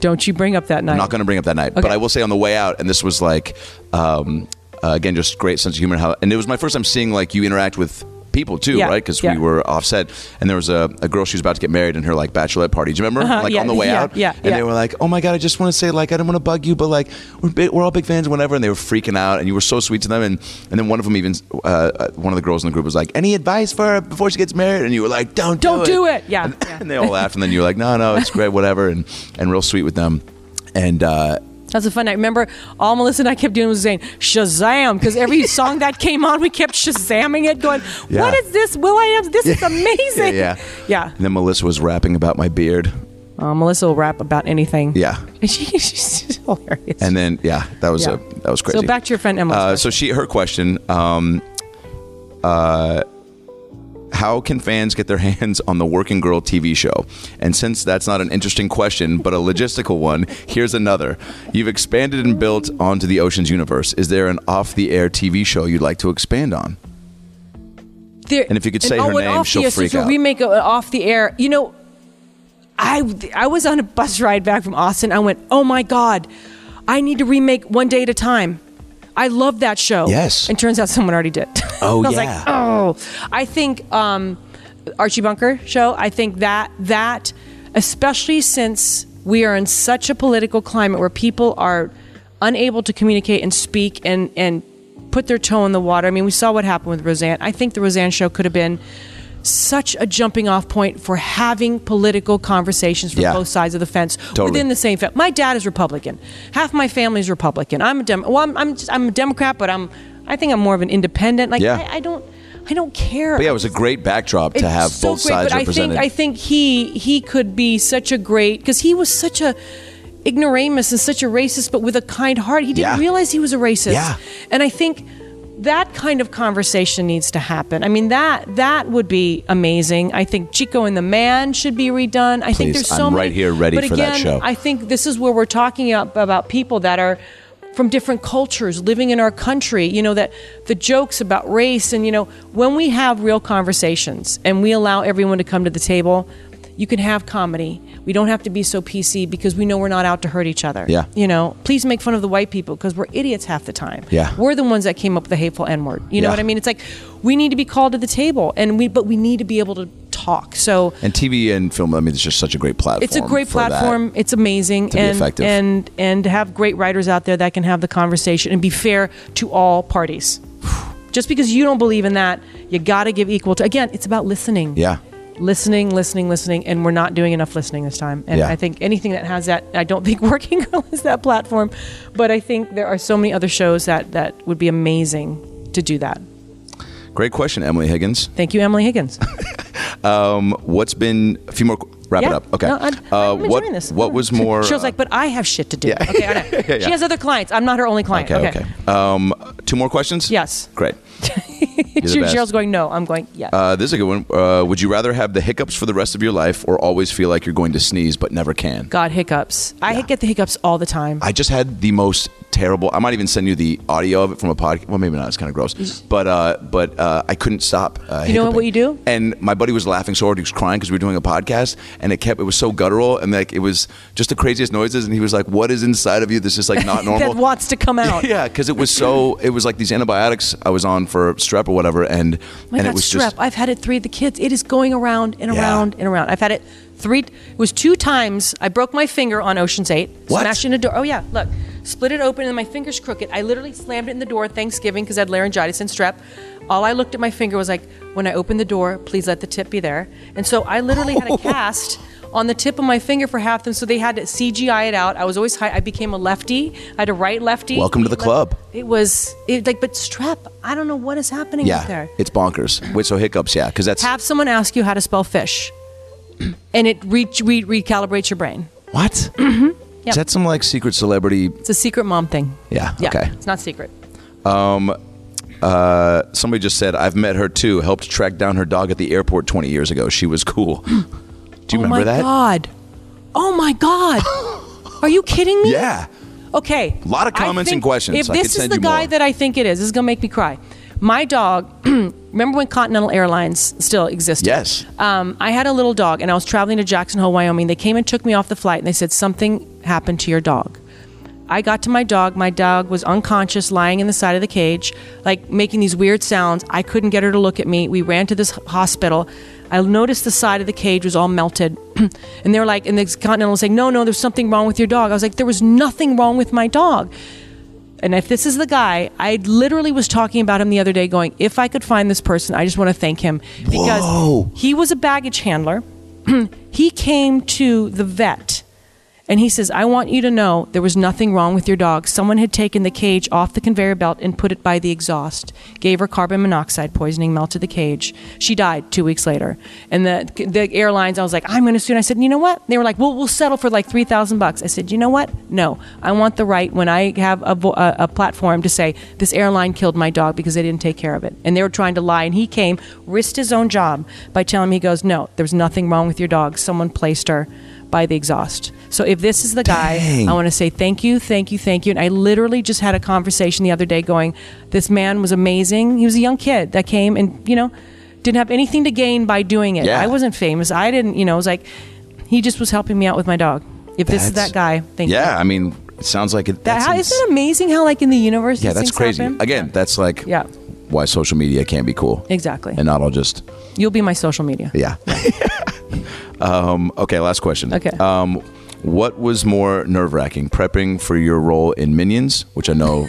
C: don't you bring up that night.
A: I'm not going to bring up that night, but
C: Okay.
A: I will say on the way out, and this was like, um, uh, again, just great sense of humor. and How, and it was my first time seeing like you interact with people too,
C: Yeah,
A: right? Because
C: yeah.
A: we were offset, and there was a, a girl she was about to get married in her like bachelorette party. Do you remember? like
C: Uh-huh. yeah,
A: on the way
C: yeah,
A: out,
C: yeah,
A: And they
C: yeah.
A: were like, "Oh my god, I just want to say like I don't want to bug you, but like we're big, we're all big fans, whatever." And they were freaking out, and you were so sweet to them. And and then one of them even uh, uh, one of the girls in the group was like, "Any advice for her before she gets married?" And you were like, "Don't
C: Don't
A: do
C: do
A: it."
C: it.
A: <laughs>
C: Yeah,
A: And,
C: yeah.
A: and they all laughed, and then you were like, "No, no, it's great, whatever," and and real sweet with them. And uh,
C: That was a fun night. Remember, all Melissa and I kept doing was saying Shazam because
A: <laughs>
C: every song that came on, we kept Shazamming it, going, "What
A: Yeah.
C: is this, Will I Am? This is amazing!"
A: <laughs> yeah,
C: yeah.
A: And then Melissa was rapping about my beard.
C: Uh, Melissa will rap about anything.
A: Yeah.
C: she, <laughs> she's hilarious.
A: And then yeah, that was
C: Yeah.
A: a that was crazy.
C: So back to your friend Emily.
A: Uh, so she her question. Um, uh, how can fans get their hands on the Working Girl TV show? And since that's not an interesting question, but a logistical one, here's another. You've expanded and built onto the Ocean's universe. Is there an off-the-air TV show you'd like to expand on?
C: There-
A: And if you could say her
C: and
A: name,
C: off
A: she'll
C: the air, so
A: freak
C: it's a
A: out.
C: remake of off the air. You know, I I was on a bus ride back from Austin. I went, oh my god, I need to remake One Day at a Time. I love that show.
A: Yes.
C: And turns out someone already did.
A: Oh,
C: I was
A: yeah.
C: like, oh, I think um, Archie Bunker show. I think that that especially since we are in such a political climate where people are unable to communicate and speak and and put their toe in the water. I mean, we saw what happened with Roseanne. I think the Roseanne show could have been such a jumping off point for having political conversations from
A: Yeah.
C: both sides of the fence
A: Totally.
C: within the same family. My dad is Republican. Half my family is Republican. I'm a Dem- well, I'm I'm, just, I'm a Democrat, but I'm I think I'm more of an independent. Like
A: Yeah.
C: I, I don't I don't care.
A: But yeah, it was a great backdrop to
C: It's
A: have
C: so
A: both
C: great,
A: sides
C: but
A: represented.
C: I think I think he he could be such a great because he was such a ignoramus and such a racist, but with a kind heart. He didn't
A: Yeah.
C: realize he was a racist.
A: Yeah.
C: And I think that kind of conversation needs to happen. I mean that that would be amazing. I think Chico and the Man should be redone. I think
A: Please,
C: there's so
A: I'm
C: many-
A: right here ready
C: but
A: for that
C: again,
A: show.
C: I think this is where we're talking ab- about people that are from different cultures living in our country you know that the jokes about race and you know when we have real conversations and we allow everyone to come to the table you can have comedy. We don't have to be so PC because we know we're not out to hurt each other.
A: Yeah.
C: You know, please make fun of the white people because we're idiots half the time.
A: Yeah.
C: We're the ones that came up with the hateful N word. You know
A: Yeah.
C: what I mean? It's like we need to be called to the table and we but we need to be able to talk. So
A: And TV and film, I mean, it's just such a great platform.
C: it's a great
A: for that.
C: platform. It's amazing
A: be
C: and
A: effective.
C: and and to have great writers out there that can have the conversation and be fair to all parties. <sighs> Just because you don't believe in that, you got to give equal to. Again, it's about listening.
A: Yeah.
C: Listening, listening, listening, and we're not doing enough listening this time. And
A: Yeah.
C: I think anything that has that, I don't <laughs> think Working Girl is that platform, but I think there are so many other shows that that would be amazing to do that.
A: Great question, Emily Higgins.
C: Thank you, Emily Higgins.
A: What's been a few more? Wrap it
C: Yeah.
A: up. Okay.
C: No, I'm,
A: Uh,
C: I'm enjoying
A: what
C: this.
A: what was more?
C: She was
A: uh,
C: like, but I have shit to do. Okay, I know.
A: <laughs> Yeah, yeah.
C: She has other clients. I'm not her only client.
A: okay,
C: Okay. <laughs>
A: okay. Um, two more questions.
C: Yes.
A: Great. the best.
C: Cheryl's going, no. I'm going, yes.
A: Uh, this is a good one. Uh, would you rather have the hiccups for the rest of your life, or always feel like you're going to sneeze but never can?
C: God, hiccups. I get the hiccups all the time.
A: I just had the most terrible. I might even send you the audio of it from a podcast. Well, maybe not. It's kind of gross. But uh, but uh, I couldn't stop. Uh,
C: You know what-
A: hiccuping.
C: what you do?
A: And my buddy was laughing so hard he was crying because we were doing a podcast, and it kept. It was so guttural, and like it was just the craziest noises. And he was like, "What is inside of you? This is like
C: <laughs>
A: not normal."
C: that wants to come
A: <laughs>
C: out.
A: yeah, because it was so. It was like these antibiotics I was on for strep or whatever, and
C: My
A: and
C: God,
A: it was
C: strep.
A: just
C: I've had it three of the kids. It is going around and
A: Yeah.
C: around and around. I've had it three. It was two times. I broke my finger on Ocean's Eight.
A: What?
C: Smashing a door. Oh yeah, look. Split it open and my finger's crooked. I literally slammed it in the door Thanksgiving because I had laryngitis and strep. All I looked at my finger was like, when I opened the door, please let the tip be there. And so I literally
A: <laughs>
C: had a cast on the tip of my finger for half them. So they had to CGI it out. I was always high. I became a lefty. I had a right lefty.
A: Welcome to the club.
C: It was it, like, but strep. I don't know what is happening
A: yeah,
C: up there
A: it's bonkers. Wait, so hiccups? Yeah, because that's
C: have someone ask you how to spell fish, <clears throat> and it re- re- recalibrates your brain.
A: what? Mm-hmm. Is that some like secret celebrity?
C: It's a secret mom thing.
A: Yeah.
C: Yeah,
A: Okay.
C: it's not secret.
A: Somebody just said, I've met her too, helped track down her dog at the airport 20 years ago. She was cool.
C: <gasps>
A: Do you
C: oh
A: remember
C: my
A: that?
C: god! Oh
A: <laughs>
C: my god! Are you kidding me?
A: Yeah.
C: Okay. A
A: Lot of comments and questions.
C: If
A: I could
C: this is
A: send
C: the
A: you
C: guy
A: more.
C: that I think it is, this is gonna make me cry. My dog. <clears throat> remember when Continental Airlines still existed?
A: Yes.
C: um, I had a little dog and I was traveling to Jackson Hole, Wyoming. They came and took me off the flight and they said, Something happened to your dog. I got to my dog. My dog was unconscious, lying in the side of the cage, like making these weird sounds. I couldn't get her to look at me. We ran to this h- hospital. I noticed the side of the cage was all melted. <clears throat> and they were like, and the Continental was saying, No, no, there's something wrong with your dog. I was like, There was nothing wrong with my dog. And if this is the guy, I literally was talking about him the other day, going, if I could find this person, I just want to thank him because he was a baggage handler. <clears throat> he came to the vet and he says, I want you to know there was nothing wrong with your dog. Someone had taken the cage off the conveyor belt and put it by the exhaust, gave her carbon monoxide poisoning, melted the cage. She died two weeks later. And the, the airlines, I was like, I'm going to sue. And I said, you know what? They were like, well, we'll settle for like 3000 bucks. I said, you know what? No, I want the right when I have a, vo- a, a platform to say, this airline killed my dog because they didn't take care of it. And they were trying to lie. And he came, risked his own job by telling me, he goes, no, there's nothing wrong with your dog. Someone placed her by the exhaust. So if this is the guy, I want to say thank you, thank you, thank you. And I literally just had a conversation the other day going, this man was amazing. He was a young kid that came and, you know, didn't have anything to gain by doing it.
A: Yeah.
C: I wasn't famous. I didn't, you know, it was like he just was helping me out with my dog. If this is
A: That's-
C: that guy, thank you.
A: Yeah, I mean, it sounds like it.
C: That, how,
A: seems-
C: isn't it amazing how like in the universe
A: yeah,
C: these
A: that's
C: things
A: crazy.
C: happen?
A: Again, that's like
C: Yeah.
A: why social media can be cool.
C: Exactly.
A: And not all just,
C: You'll be my social media. <laughs>
A: yeah. um, okay, last question.
C: Okay.
A: Um, what was more nerve wracking, prepping for your role in Minions, which I
C: <laughs>
A: know,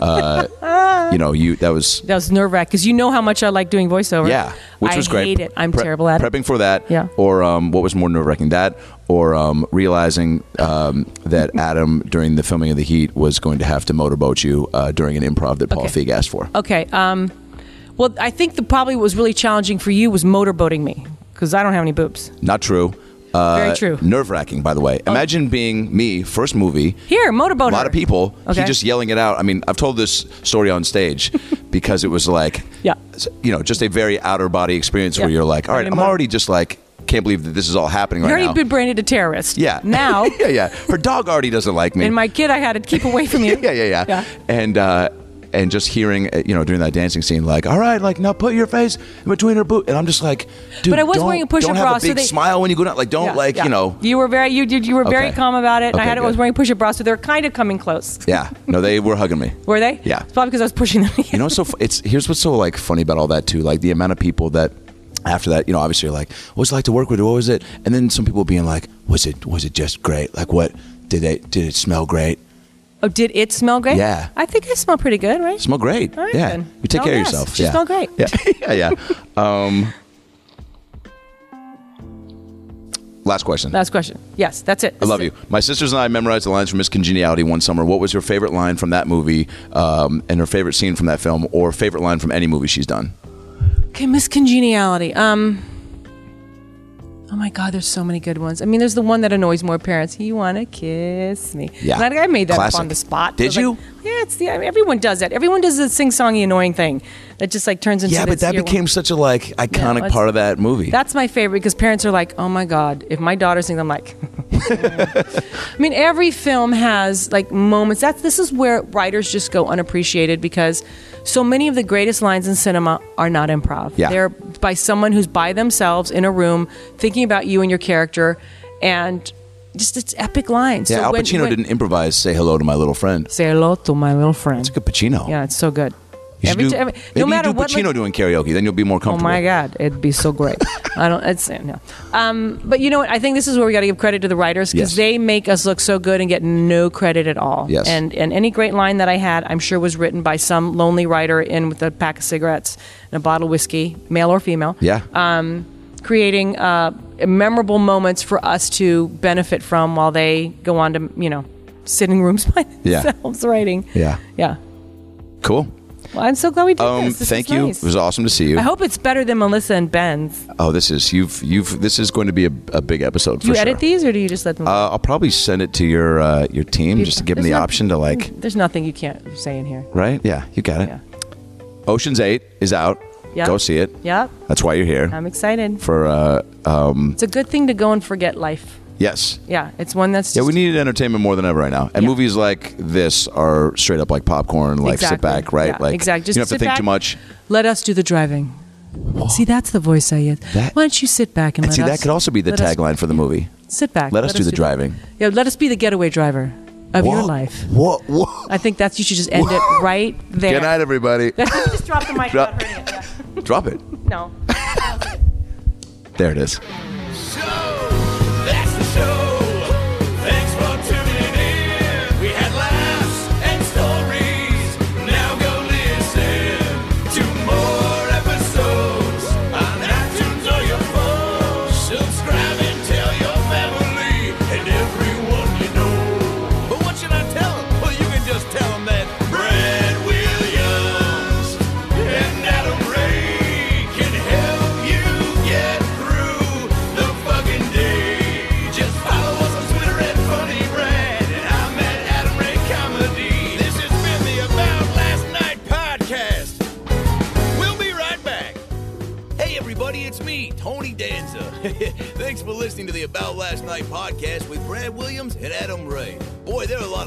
A: uh, you know, you that was
C: That was nerve wracking because you know how much I like doing voiceover.
A: Yeah, which
C: I
A: was great.
C: hate it. I'm
A: Pre-
C: terrible at it.
A: prepping for that.
C: Yeah.
A: Or um, what was more nerve wracking, that or um, realizing um, that Adam during the filming of the Heat was going to have to motorboat you uh, during an improv that Paul
C: Okay.
A: Feig asked for.
C: Okay. Um, well, I think the probably what was really challenging for you was motorboating me because I don't have any boobs.
A: Not true. Uh,
C: Very true. Oh.
A: Nerve wracking, by the way. Imagine being me, first movie.
C: Here, motorboat.
A: A lot of people. He
C: Okay.
A: just yelling it out. I mean, I've told this story on
C: <laughs>
A: stage because it was like,
C: Yeah.
A: you know, just a very outer body experience where
C: Yeah.
A: you're like, all right,
C: Pretty
A: I'm
C: much.
A: already just like, can't believe that this is all happening
C: You
A: right
C: already
A: now.
C: been branded a terrorist.
A: Yeah.
C: <laughs>
A: <laughs>
C: Now,
A: yeah, yeah. Her dog already doesn't like me. <laughs>
C: and my kid, I had to keep away from you.
A: yeah, yeah, yeah,
C: Yeah.
A: And uh, and just hearing, uh, you know, during that dancing scene, like, all right, like now put your face in between her boot, and I'm just like, dude,
C: But I was
A: don't,
C: wearing a push-up
A: don't have
C: bra,
A: a
C: so
A: big
C: they-
A: smile when you go down, like, don't
C: Yeah,
A: like,
C: yeah.
A: you know,
C: you were very you you, you were very
A: Okay.
C: calm about it. And I
A: Okay,
C: had I
A: good.
C: was wearing push-up bras, so they were kind of coming close.
A: yeah, no, they were hugging me.
C: Were they?
A: Yeah.
C: It's probably because I was pushing them.
A: You know, what's so fu- it's here's what's so like funny about all that too. Like the amount of people that after that, you know, obviously, you're like, what's it like to work with? you? What was it? And then some people being like, was it was it just great? Like, what did they did it smell great?
C: <laughs> oh, did it smell great?
A: Yeah.
C: I think I smell pretty good, right?
A: Smell great.
C: All right,
A: yeah,
C: then.
A: you take
C: Oh,
A: care
C: yes.
A: of yourself.
C: She
A: yeah.
C: smelled great.
A: Yeah, <laughs> yeah, yeah. Um, last question.
C: Last question. Yes, that's it.
A: I love you. My sisters and I memorized the lines from Miss Congeniality one summer. What was your favorite line from that movie, um, and her favorite scene from that film, or favorite line from any movie she's done?
C: Okay, Miss Congeniality. Um. Oh my God, there's so many good ones. I mean, there's the one that annoys more parents. You wanna kiss me?
A: Yeah.
C: And I, I made that up
A: Classic.
C: on the spot.
A: Did
C: I was like,
A: you?
C: yeah, it's the I mean, everyone does that. Everyone does the sing-songy annoying thing that just like turns into.
A: Yeah,
C: this
A: but that
C: ear-
A: became such a like iconic
C: that's-
A: part of that movie.
C: That's my favorite because parents are like, "Oh my god, if my daughter sings, I'm like." <laughs> I mean, every film has like moments. That's this is where writers just go unappreciated because so many of the greatest lines in cinema are not improv.
A: Yeah.
C: They're by someone who's by themselves in a room thinking about you and your character and just it's epic lines.
A: yeah,
C: So
A: Al
C: when-
A: Pacino
C: when-
A: didn't improvise "Say hello to my little friend."
C: say hello to my little friend.
A: Look at Pacino.
C: Yeah, it's so good.
A: You should
C: Every
A: do,
C: ti- every-
A: maybe
C: no matter
A: you do
C: what
A: Pacino doing karaoke, then you'll be more
C: Oh
A: comfortable.
C: my God, it'd be
A: <laughs>
C: so great. I don't. It's no. Um, but you know what? I think this is where we got to give credit to the writers because
A: Yes.
C: they make us look so good and get no credit at all.
A: Yes.
C: And and any great line that I had, I'm sure was written by some lonely writer in with a pack of cigarettes and a bottle of whiskey, male or female.
A: Yeah.
C: Uh, Creating uh, memorable moments for us to benefit from while they go on to you know sitting rooms <laughs> by
A: Yeah.
C: themselves writing.
A: Yeah.
C: Yeah.
A: cool.
C: Well, I'm so glad we did
A: Um,
C: this. This
A: thank
C: is
A: you.
C: nice.
A: It was awesome to see you.
C: I hope it's better than Melissa and Ben's.
A: oh, this is you've you've this is going to be a, a big episode.
C: Do you
A: for
C: edit
A: sure.
C: these or do you just let them?
A: Uh, I'll probably send it to your uh, your team just to give them the
C: There's no-
A: option to like.
C: There's nothing you can't say in here.
A: Right? Yeah, you got it.
C: Yeah.
A: Ocean's Eight is out.
C: Yeah. Um,
A: Go see it.
C: Yep.
A: That's why you're here.
C: I'm excited.
A: for uh,
C: It's a good thing to go and forget life.
A: yes.
C: Yeah, it's one that's
A: Yeah,
C: just,
A: we need entertainment more than ever right now, and
C: Yeah.
A: movies like this are straight up like popcorn, like sit
C: Exactly.
A: back, right?
C: Yeah,
A: like
C: exact- just
A: you don't have to
C: sit
A: think
C: back.
A: too much.
C: let us do the driving. See, that's the voice I get.
A: Oh. That-
C: Why don't you sit back and,
A: And
C: let
A: see,
C: us
A: that could also be the
C: let us-
A: tagline for the movie.
C: Sit back.
A: Let us do the driving.
C: Yeah, let us be the getaway driver of your
A: Whoa.
C: life.
A: Whoa, whoa.
C: I think that's you should just end it right there.
A: Good
C: <laughs>
A: night, everybody.
C: just drop the mic
A: Drop-
C: without hurting it. Yeah.
A: Drop it.
C: No.
A: There it is.
B: So that's the show. Thanks for tuning in. We had laughs and stories. Now go listen to more episodes on iTunes or your phone. Subscribe and tell your family and everyone you know. But what should I tell 'em? Well, you can just tell 'em that Brad Williams and Adam Ray can help you get through the fucking day. Just follow us on Twitter at Funny Brad, and I'm at Adam Ray Comedy. This has been the About Last Night podcast. We'll be right back. Hey, everybody, it's me, Tony Danza. <laughs> Thanks for listening to the About Last Night podcast with Brad Williams and Adam Ray. Boy, they're a lot